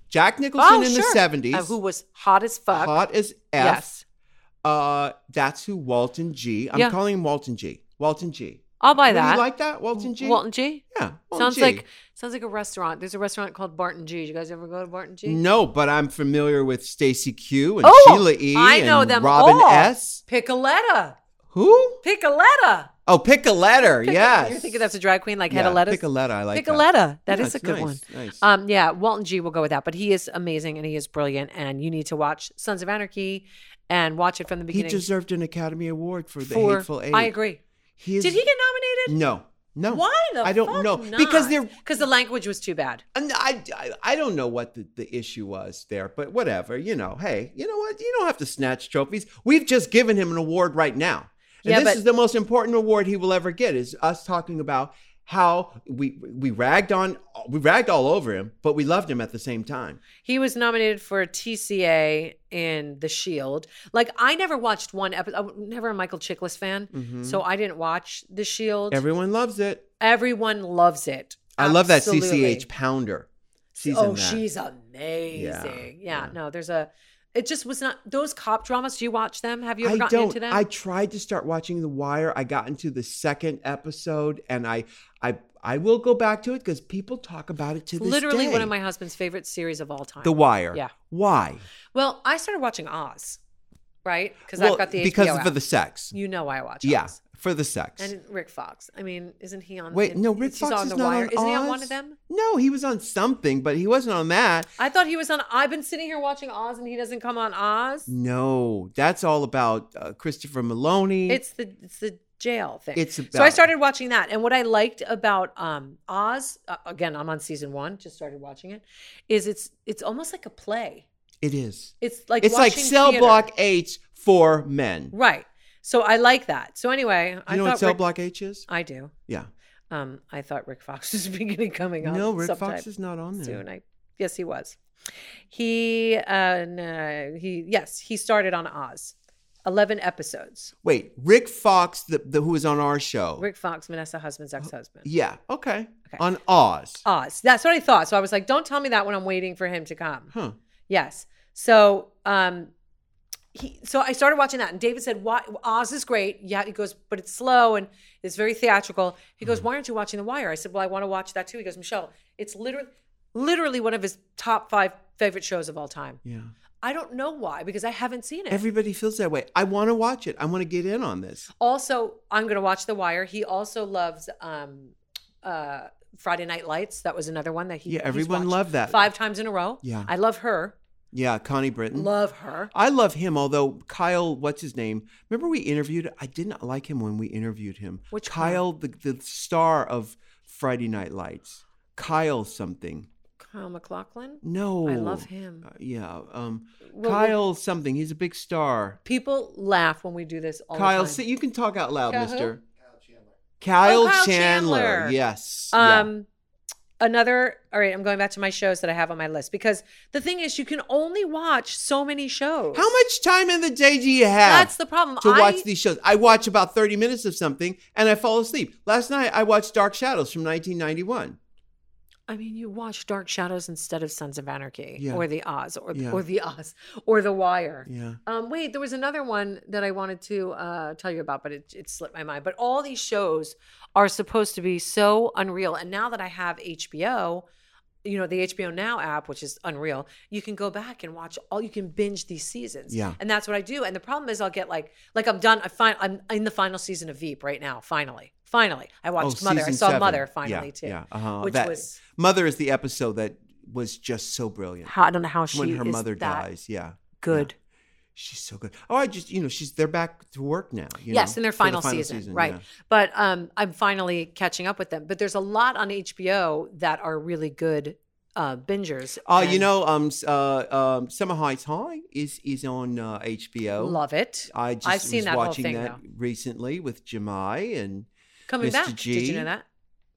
Speaker 1: Jack Nicholson
Speaker 2: Oh,
Speaker 1: in
Speaker 2: sure.
Speaker 1: the '70s,
Speaker 2: Uh, who was hot as fuck?
Speaker 1: hot as f.
Speaker 2: Yes,
Speaker 1: Uh, that's who Walton G. I'm
Speaker 2: Yeah.
Speaker 1: calling him Walton G. Walton G.
Speaker 2: I'll buy
Speaker 1: Would you
Speaker 2: that.
Speaker 1: like that, Walton G?
Speaker 2: Walton G.
Speaker 1: yeah, Walton
Speaker 2: sounds
Speaker 1: G.
Speaker 2: like sounds like a restaurant. There's a restaurant called Barton G. You guys ever go to Barton G?
Speaker 1: No, but I'm familiar with Stacy Q and
Speaker 2: Oh,
Speaker 1: Sheila E.
Speaker 2: I know
Speaker 1: and
Speaker 2: them
Speaker 1: Robin
Speaker 2: all.
Speaker 1: S.
Speaker 2: Picoletta.
Speaker 1: Who?
Speaker 2: Picoletta.
Speaker 1: Oh, pick a letter. yes.
Speaker 2: You're thinking that's a drag queen like
Speaker 1: yeah,
Speaker 2: Hedaletta?
Speaker 1: Pick a letter. I like that.
Speaker 2: Picoletta. That
Speaker 1: Yeah,
Speaker 2: is a
Speaker 1: it's
Speaker 2: good
Speaker 1: nice,
Speaker 2: one.
Speaker 1: Nice.
Speaker 2: Um, yeah, Walton G will go with that, but he is amazing and he is brilliant. And you need to watch Sons of Anarchy and watch it from the
Speaker 1: he
Speaker 2: beginning.
Speaker 1: deserved an Academy Award for the
Speaker 2: for-
Speaker 1: Hateful Eight.
Speaker 2: I agree.
Speaker 1: He is,
Speaker 2: Did he get nominated?
Speaker 1: No. No.
Speaker 2: Why the
Speaker 1: I don't
Speaker 2: fuck
Speaker 1: know.
Speaker 2: not?
Speaker 1: Because they're.
Speaker 2: because the language was too bad.
Speaker 1: and I, I, I don't know what the, the issue was there, but whatever. You know, hey, you know what? You don't have to snatch trophies. We've just given him an award right now. And
Speaker 2: Yeah,
Speaker 1: this
Speaker 2: but-
Speaker 1: is the most important award he will ever get is us talking about how we we ragged on we ragged all over him, but we loved him at the same time.
Speaker 2: He was nominated for a TCA in The Shield. Like I never watched one episode. I'm never a Michael Chiklis fan,
Speaker 1: Mm-hmm.
Speaker 2: so I didn't watch The Shield.
Speaker 1: Everyone loves it.
Speaker 2: Everyone loves it.
Speaker 1: I love that
Speaker 2: Absolutely.
Speaker 1: CCH pounder. She's
Speaker 2: oh,
Speaker 1: in that.
Speaker 2: she's amazing. Yeah,
Speaker 1: yeah.
Speaker 2: no, there's a. It just was not those cop dramas. Do you watch them? Have you ever
Speaker 1: I
Speaker 2: gotten
Speaker 1: don't.
Speaker 2: into them?
Speaker 1: I tried to start watching The Wire. I got into the second episode, and I, I, I will go back to it because people talk about it to this
Speaker 2: Literally
Speaker 1: day.
Speaker 2: one of my husband's favorite series of all time.
Speaker 1: The Wire.
Speaker 2: Yeah.
Speaker 1: Why?
Speaker 2: well, I started watching Oz, right? Because
Speaker 1: Well,
Speaker 2: I've got the HBO
Speaker 1: because
Speaker 2: app.
Speaker 1: for the sex.
Speaker 2: you know why I watch.
Speaker 1: Yeah.
Speaker 2: Oz.
Speaker 1: for the sex.
Speaker 2: And Rick Fox. I mean, isn't he on?
Speaker 1: Wait, no, Rick
Speaker 2: he's
Speaker 1: Fox
Speaker 2: on
Speaker 1: is
Speaker 2: the
Speaker 1: not
Speaker 2: wire.
Speaker 1: on
Speaker 2: isn't he on one
Speaker 1: Oz?
Speaker 2: of them?
Speaker 1: no, he was on something, but he wasn't on that.
Speaker 2: I thought he was on. I've been sitting here watching Oz, and he doesn't come on Oz.
Speaker 1: No, that's all about uh, Christopher Maloney.
Speaker 2: It's the it's the jail thing.
Speaker 1: It's
Speaker 2: so I
Speaker 1: about-
Speaker 2: started watching that, and what I liked about um, Oz uh, again, I'm on season one. Just started watching it. Is it's it's almost like a play.
Speaker 1: it is.
Speaker 2: It's like
Speaker 1: it's like
Speaker 2: watching
Speaker 1: Cell
Speaker 2: theater.
Speaker 1: Block H for men.
Speaker 2: right? So I like that. So anyway, I
Speaker 1: You know
Speaker 2: thought
Speaker 1: what Cell
Speaker 2: Rick-
Speaker 1: Block H is?
Speaker 2: I do.
Speaker 1: Yeah.
Speaker 2: Um, I thought Rick Fox was beginning coming on.
Speaker 1: No, Rick
Speaker 2: sometime
Speaker 1: Fox is not on there.
Speaker 2: soon. I yes, he was. He uh, no, he yes, he started on Oz, eleven episodes.
Speaker 1: Wait, Rick Fox, the, the who was on our show.
Speaker 2: Rick Fox, Vanessa Husband's ex-husband.
Speaker 1: Yeah. Okay.
Speaker 2: Okay. Oh.
Speaker 1: On Oz.
Speaker 2: Oz. That's what I thought. So I was like, don't tell me that when I'm waiting for him to come.
Speaker 1: Huh.
Speaker 2: Yes. So um he so I started watching that and David said, Why Oz is great. Yeah, he goes, but it's slow and it's very theatrical. He goes, Why aren't you watching The Wire? I said, Well, I want to watch that too. He goes, Michelle, it's literally literally one of his top five favorite shows of all time.
Speaker 1: Yeah.
Speaker 2: I don't know why, because I haven't seen it.
Speaker 1: Everybody feels that way. I want to watch it. I want to get in on this.
Speaker 2: also, I'm gonna watch The Wire. He also loves um uh Friday Night Lights. That was another one that he
Speaker 1: Yeah.
Speaker 2: he's
Speaker 1: Everyone
Speaker 2: watched
Speaker 1: loved that.
Speaker 2: five times in a row.
Speaker 1: Yeah. Mm-hmm.
Speaker 2: I love her.
Speaker 1: Yeah. Connie Britton.
Speaker 2: Love her.
Speaker 1: I love him, although Kyle, what's his name? Remember we interviewed? I did not like him when we interviewed him.
Speaker 2: Which one?
Speaker 1: Kyle, the, the star of Friday Night Lights. Kyle something.
Speaker 2: Kyle McLaughlin.
Speaker 1: No.
Speaker 2: I love him.
Speaker 1: Uh, yeah. Um,
Speaker 2: Well,
Speaker 1: Kyle something. He's a big star.
Speaker 2: People laugh when we do this all
Speaker 1: Kyle,
Speaker 2: the time.
Speaker 1: see, you can talk out loud,
Speaker 2: Kyle who?
Speaker 1: mister.
Speaker 2: Oh,
Speaker 1: Kyle Chandler.
Speaker 2: Kyle Chandler.
Speaker 1: Yes. yeah.
Speaker 2: um another all right, I'm going back to my shows that I have on my list because the thing is you can only watch so many shows.
Speaker 1: How much time in the day do you have
Speaker 2: That's the problem.
Speaker 1: to
Speaker 2: I,
Speaker 1: watch these shows? I watch about 30 minutes of something and I fall asleep. Last night I watched Dark Shadows from 1991.
Speaker 2: I mean, you watch Dark Shadows instead of Sons of Anarchy
Speaker 1: Yeah.
Speaker 2: or The Oz or
Speaker 1: Yeah.
Speaker 2: or The Oz or The Wire.
Speaker 1: Yeah.
Speaker 2: Um, wait, there was another one that I wanted to uh, tell you about, but it, it slipped my mind. But all these shows are supposed to be so unreal. And now that I have HBO, you know, the HBO Now app, which is unreal, you can go back and watch all, you can binge these seasons.
Speaker 1: Yeah.
Speaker 2: And that's what I do. And the problem is I'll get like, like I'm done. I find I'm in the final season of Veep right now. Finally, finally. I watched Mother. I
Speaker 1: Oh, season
Speaker 2: saw
Speaker 1: seven.
Speaker 2: Mother
Speaker 1: Yeah,
Speaker 2: finally too.
Speaker 1: Yeah. Uh-huh.
Speaker 2: Which
Speaker 1: That-
Speaker 2: was,
Speaker 1: Mother is the episode that was just so brilliant.
Speaker 2: how, I don't know how she
Speaker 1: when her
Speaker 2: is
Speaker 1: mother
Speaker 2: that
Speaker 1: dies. Yeah.
Speaker 2: Good.
Speaker 1: She's so good. Oh, I just, you know, she's they're back to work now. you
Speaker 2: yes,
Speaker 1: know,
Speaker 2: in their
Speaker 1: for the
Speaker 2: final, season, right?
Speaker 1: yeah.
Speaker 2: But um, I'm finally catching up with them. But there's a lot on HBO that are really good uh, bingers.
Speaker 1: Oh, you
Speaker 2: and
Speaker 1: know, um, s- uh, um, Summer Heights High is is on uh, HBO.
Speaker 2: love it
Speaker 1: I just
Speaker 2: I've seen
Speaker 1: was
Speaker 2: that whole
Speaker 1: watching
Speaker 2: thing,
Speaker 1: that recently with Jemai and
Speaker 2: coming
Speaker 1: Mr.
Speaker 2: back. Did
Speaker 1: G.
Speaker 2: you know that?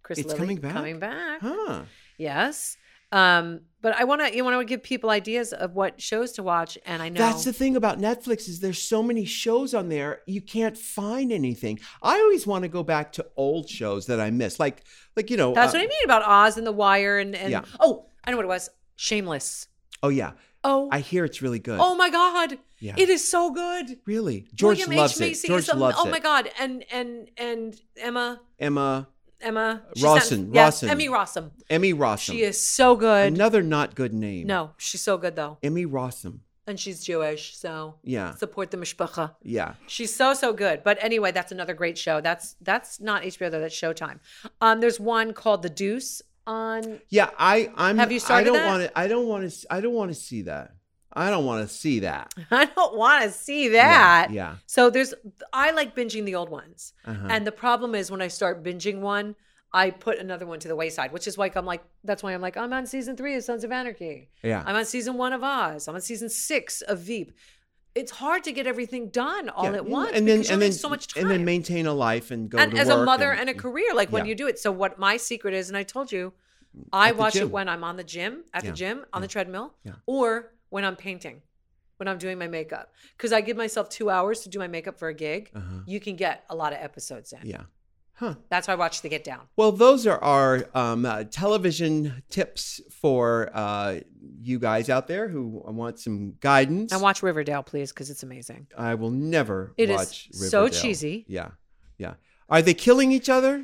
Speaker 2: Chris
Speaker 1: It's
Speaker 2: Lilly,
Speaker 1: coming back?
Speaker 2: Coming back.
Speaker 1: huh.
Speaker 2: Yes. Um, but I want to. You want to give people ideas of what shows to watch, and I know
Speaker 1: That's the thing about Netflix is there's so many shows on there you can't find anything. I always want to go back to old shows that I missed, like like you know.
Speaker 2: that's
Speaker 1: uh,
Speaker 2: what I mean about Oz and The Wire, and, and
Speaker 1: Yeah.
Speaker 2: oh, I know what it was. Shameless.
Speaker 1: Oh yeah,
Speaker 2: Oh,
Speaker 1: I hear it's really good.
Speaker 2: oh my God,
Speaker 1: yeah,
Speaker 2: it is so good.
Speaker 1: really. George
Speaker 2: William
Speaker 1: loves
Speaker 2: H.
Speaker 1: it.
Speaker 2: Macy
Speaker 1: George
Speaker 2: is, um,
Speaker 1: loves
Speaker 2: oh
Speaker 1: it.
Speaker 2: my God, and and and Emma.
Speaker 1: Emma
Speaker 2: Emma she's
Speaker 1: Rossum,
Speaker 2: not- yes,
Speaker 1: Rossum.
Speaker 2: Emmy Rossum.
Speaker 1: Emmy Rossum.
Speaker 2: She is so good.
Speaker 1: another not good name.
Speaker 2: No, she's so good though,
Speaker 1: Emmy Rossum.
Speaker 2: and she's Jewish, so
Speaker 1: Yeah,
Speaker 2: support the mishpacha.
Speaker 1: yeah.
Speaker 2: She's so so good. But anyway, that's another great show. That's that's not HBO though. That's Showtime. Um, there's one called The Deuce on.
Speaker 1: Yeah, I I'm
Speaker 2: Have you
Speaker 1: I
Speaker 2: started
Speaker 1: don't
Speaker 2: that?
Speaker 1: want to I don't want to I don't want to see that. I don't want to see that.
Speaker 2: I don't want to see that.
Speaker 1: Yeah.
Speaker 2: So there's I like binging the old ones.
Speaker 1: yeah. Uh-huh.
Speaker 2: And the problem is when I start binging one, I put another one to the wayside, which is like I'm like that's why I'm like I'm on season 3 of Sons of Anarchy.
Speaker 1: yeah.
Speaker 2: I'm on season one of Oz. I'm on season six of Veep. It's hard to get everything done all
Speaker 1: Yeah,
Speaker 2: at once
Speaker 1: and then
Speaker 2: because
Speaker 1: and then
Speaker 2: you only have so much time.
Speaker 1: and then maintain a life and go
Speaker 2: And
Speaker 1: to
Speaker 2: as
Speaker 1: work
Speaker 2: a mother and, a career, like when
Speaker 1: yeah. Mm,
Speaker 2: you do it. So what my secret is, and I told you, I
Speaker 1: At the
Speaker 2: watch it
Speaker 1: gym.
Speaker 2: when I'm on the gym, at
Speaker 1: Yeah,
Speaker 2: the gym, on the treadmill,
Speaker 1: yeah.
Speaker 2: or when I'm painting, when I'm doing my makeup, because I give myself two hours to do my makeup for a gig.
Speaker 1: Uh-huh.
Speaker 2: You can get a lot of episodes in.
Speaker 1: yeah. Huh.
Speaker 2: That's why I watch The Get Down.
Speaker 1: Well, those are our um, uh, television tips for uh, you guys out there who want some guidance.
Speaker 2: And watch Riverdale, please, because it's amazing.
Speaker 1: I will never
Speaker 2: It is
Speaker 1: watch
Speaker 2: so
Speaker 1: Riverdale.
Speaker 2: cheesy.
Speaker 1: Yeah. Yeah. Are they killing each other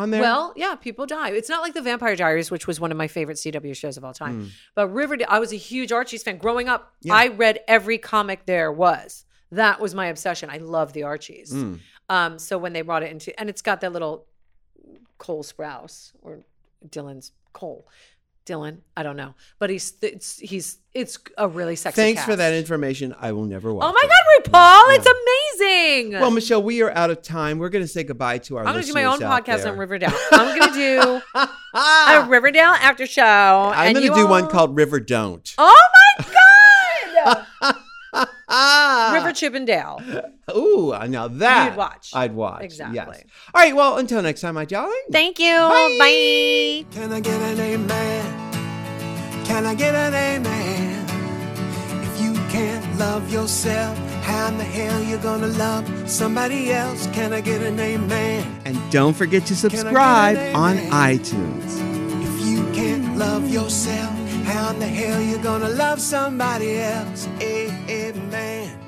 Speaker 1: on there?
Speaker 2: Well, yeah, people die. It's not like the Vampire Diaries, which was one of my favorite CW shows of all time. But Riverdale, I was a huge Archie's fan growing up.
Speaker 1: Hmm. Yeah. Hmm.
Speaker 2: I read every comic there was. That was my obsession. I love the Archies. Um, so when they brought it into, and it's got that little Cole Sprouse or Dylan's Cole, Dylan, I don't know, but he's it's he's it's a really sexy.
Speaker 1: Thanks for
Speaker 2: cast.
Speaker 1: that information. I will never watch.
Speaker 2: Oh my
Speaker 1: it.
Speaker 2: God, RuPaul, it's amazing.
Speaker 1: Well, Michelle, we are out of time. We're going to say goodbye to our.
Speaker 2: I'm gonna do my own
Speaker 1: listeners out
Speaker 2: podcast
Speaker 1: there.
Speaker 2: on Riverdale. I'm gonna do a
Speaker 1: Ah,
Speaker 2: Riverdale after show.
Speaker 1: I'm
Speaker 2: I'm
Speaker 1: going to do one called River Don't.
Speaker 2: Oh my God,
Speaker 1: Ah.
Speaker 2: River Chippendale.
Speaker 1: Ooh, now that
Speaker 2: You'd watch.
Speaker 1: I'd watch.
Speaker 2: Exactly.
Speaker 1: Yes. All right. Well, until next time, my darling.
Speaker 2: Thank you. Bye.
Speaker 3: Can I get an amen? Can I get an amen? If you can't love yourself, how in the hell you gonna love somebody else? Can I get an amen?
Speaker 1: And don't forget to
Speaker 3: get an
Speaker 1: subscribe on
Speaker 3: amen?
Speaker 1: iTunes.
Speaker 3: If you can't love yourself, how in the hell you gonna love somebody else? Amen.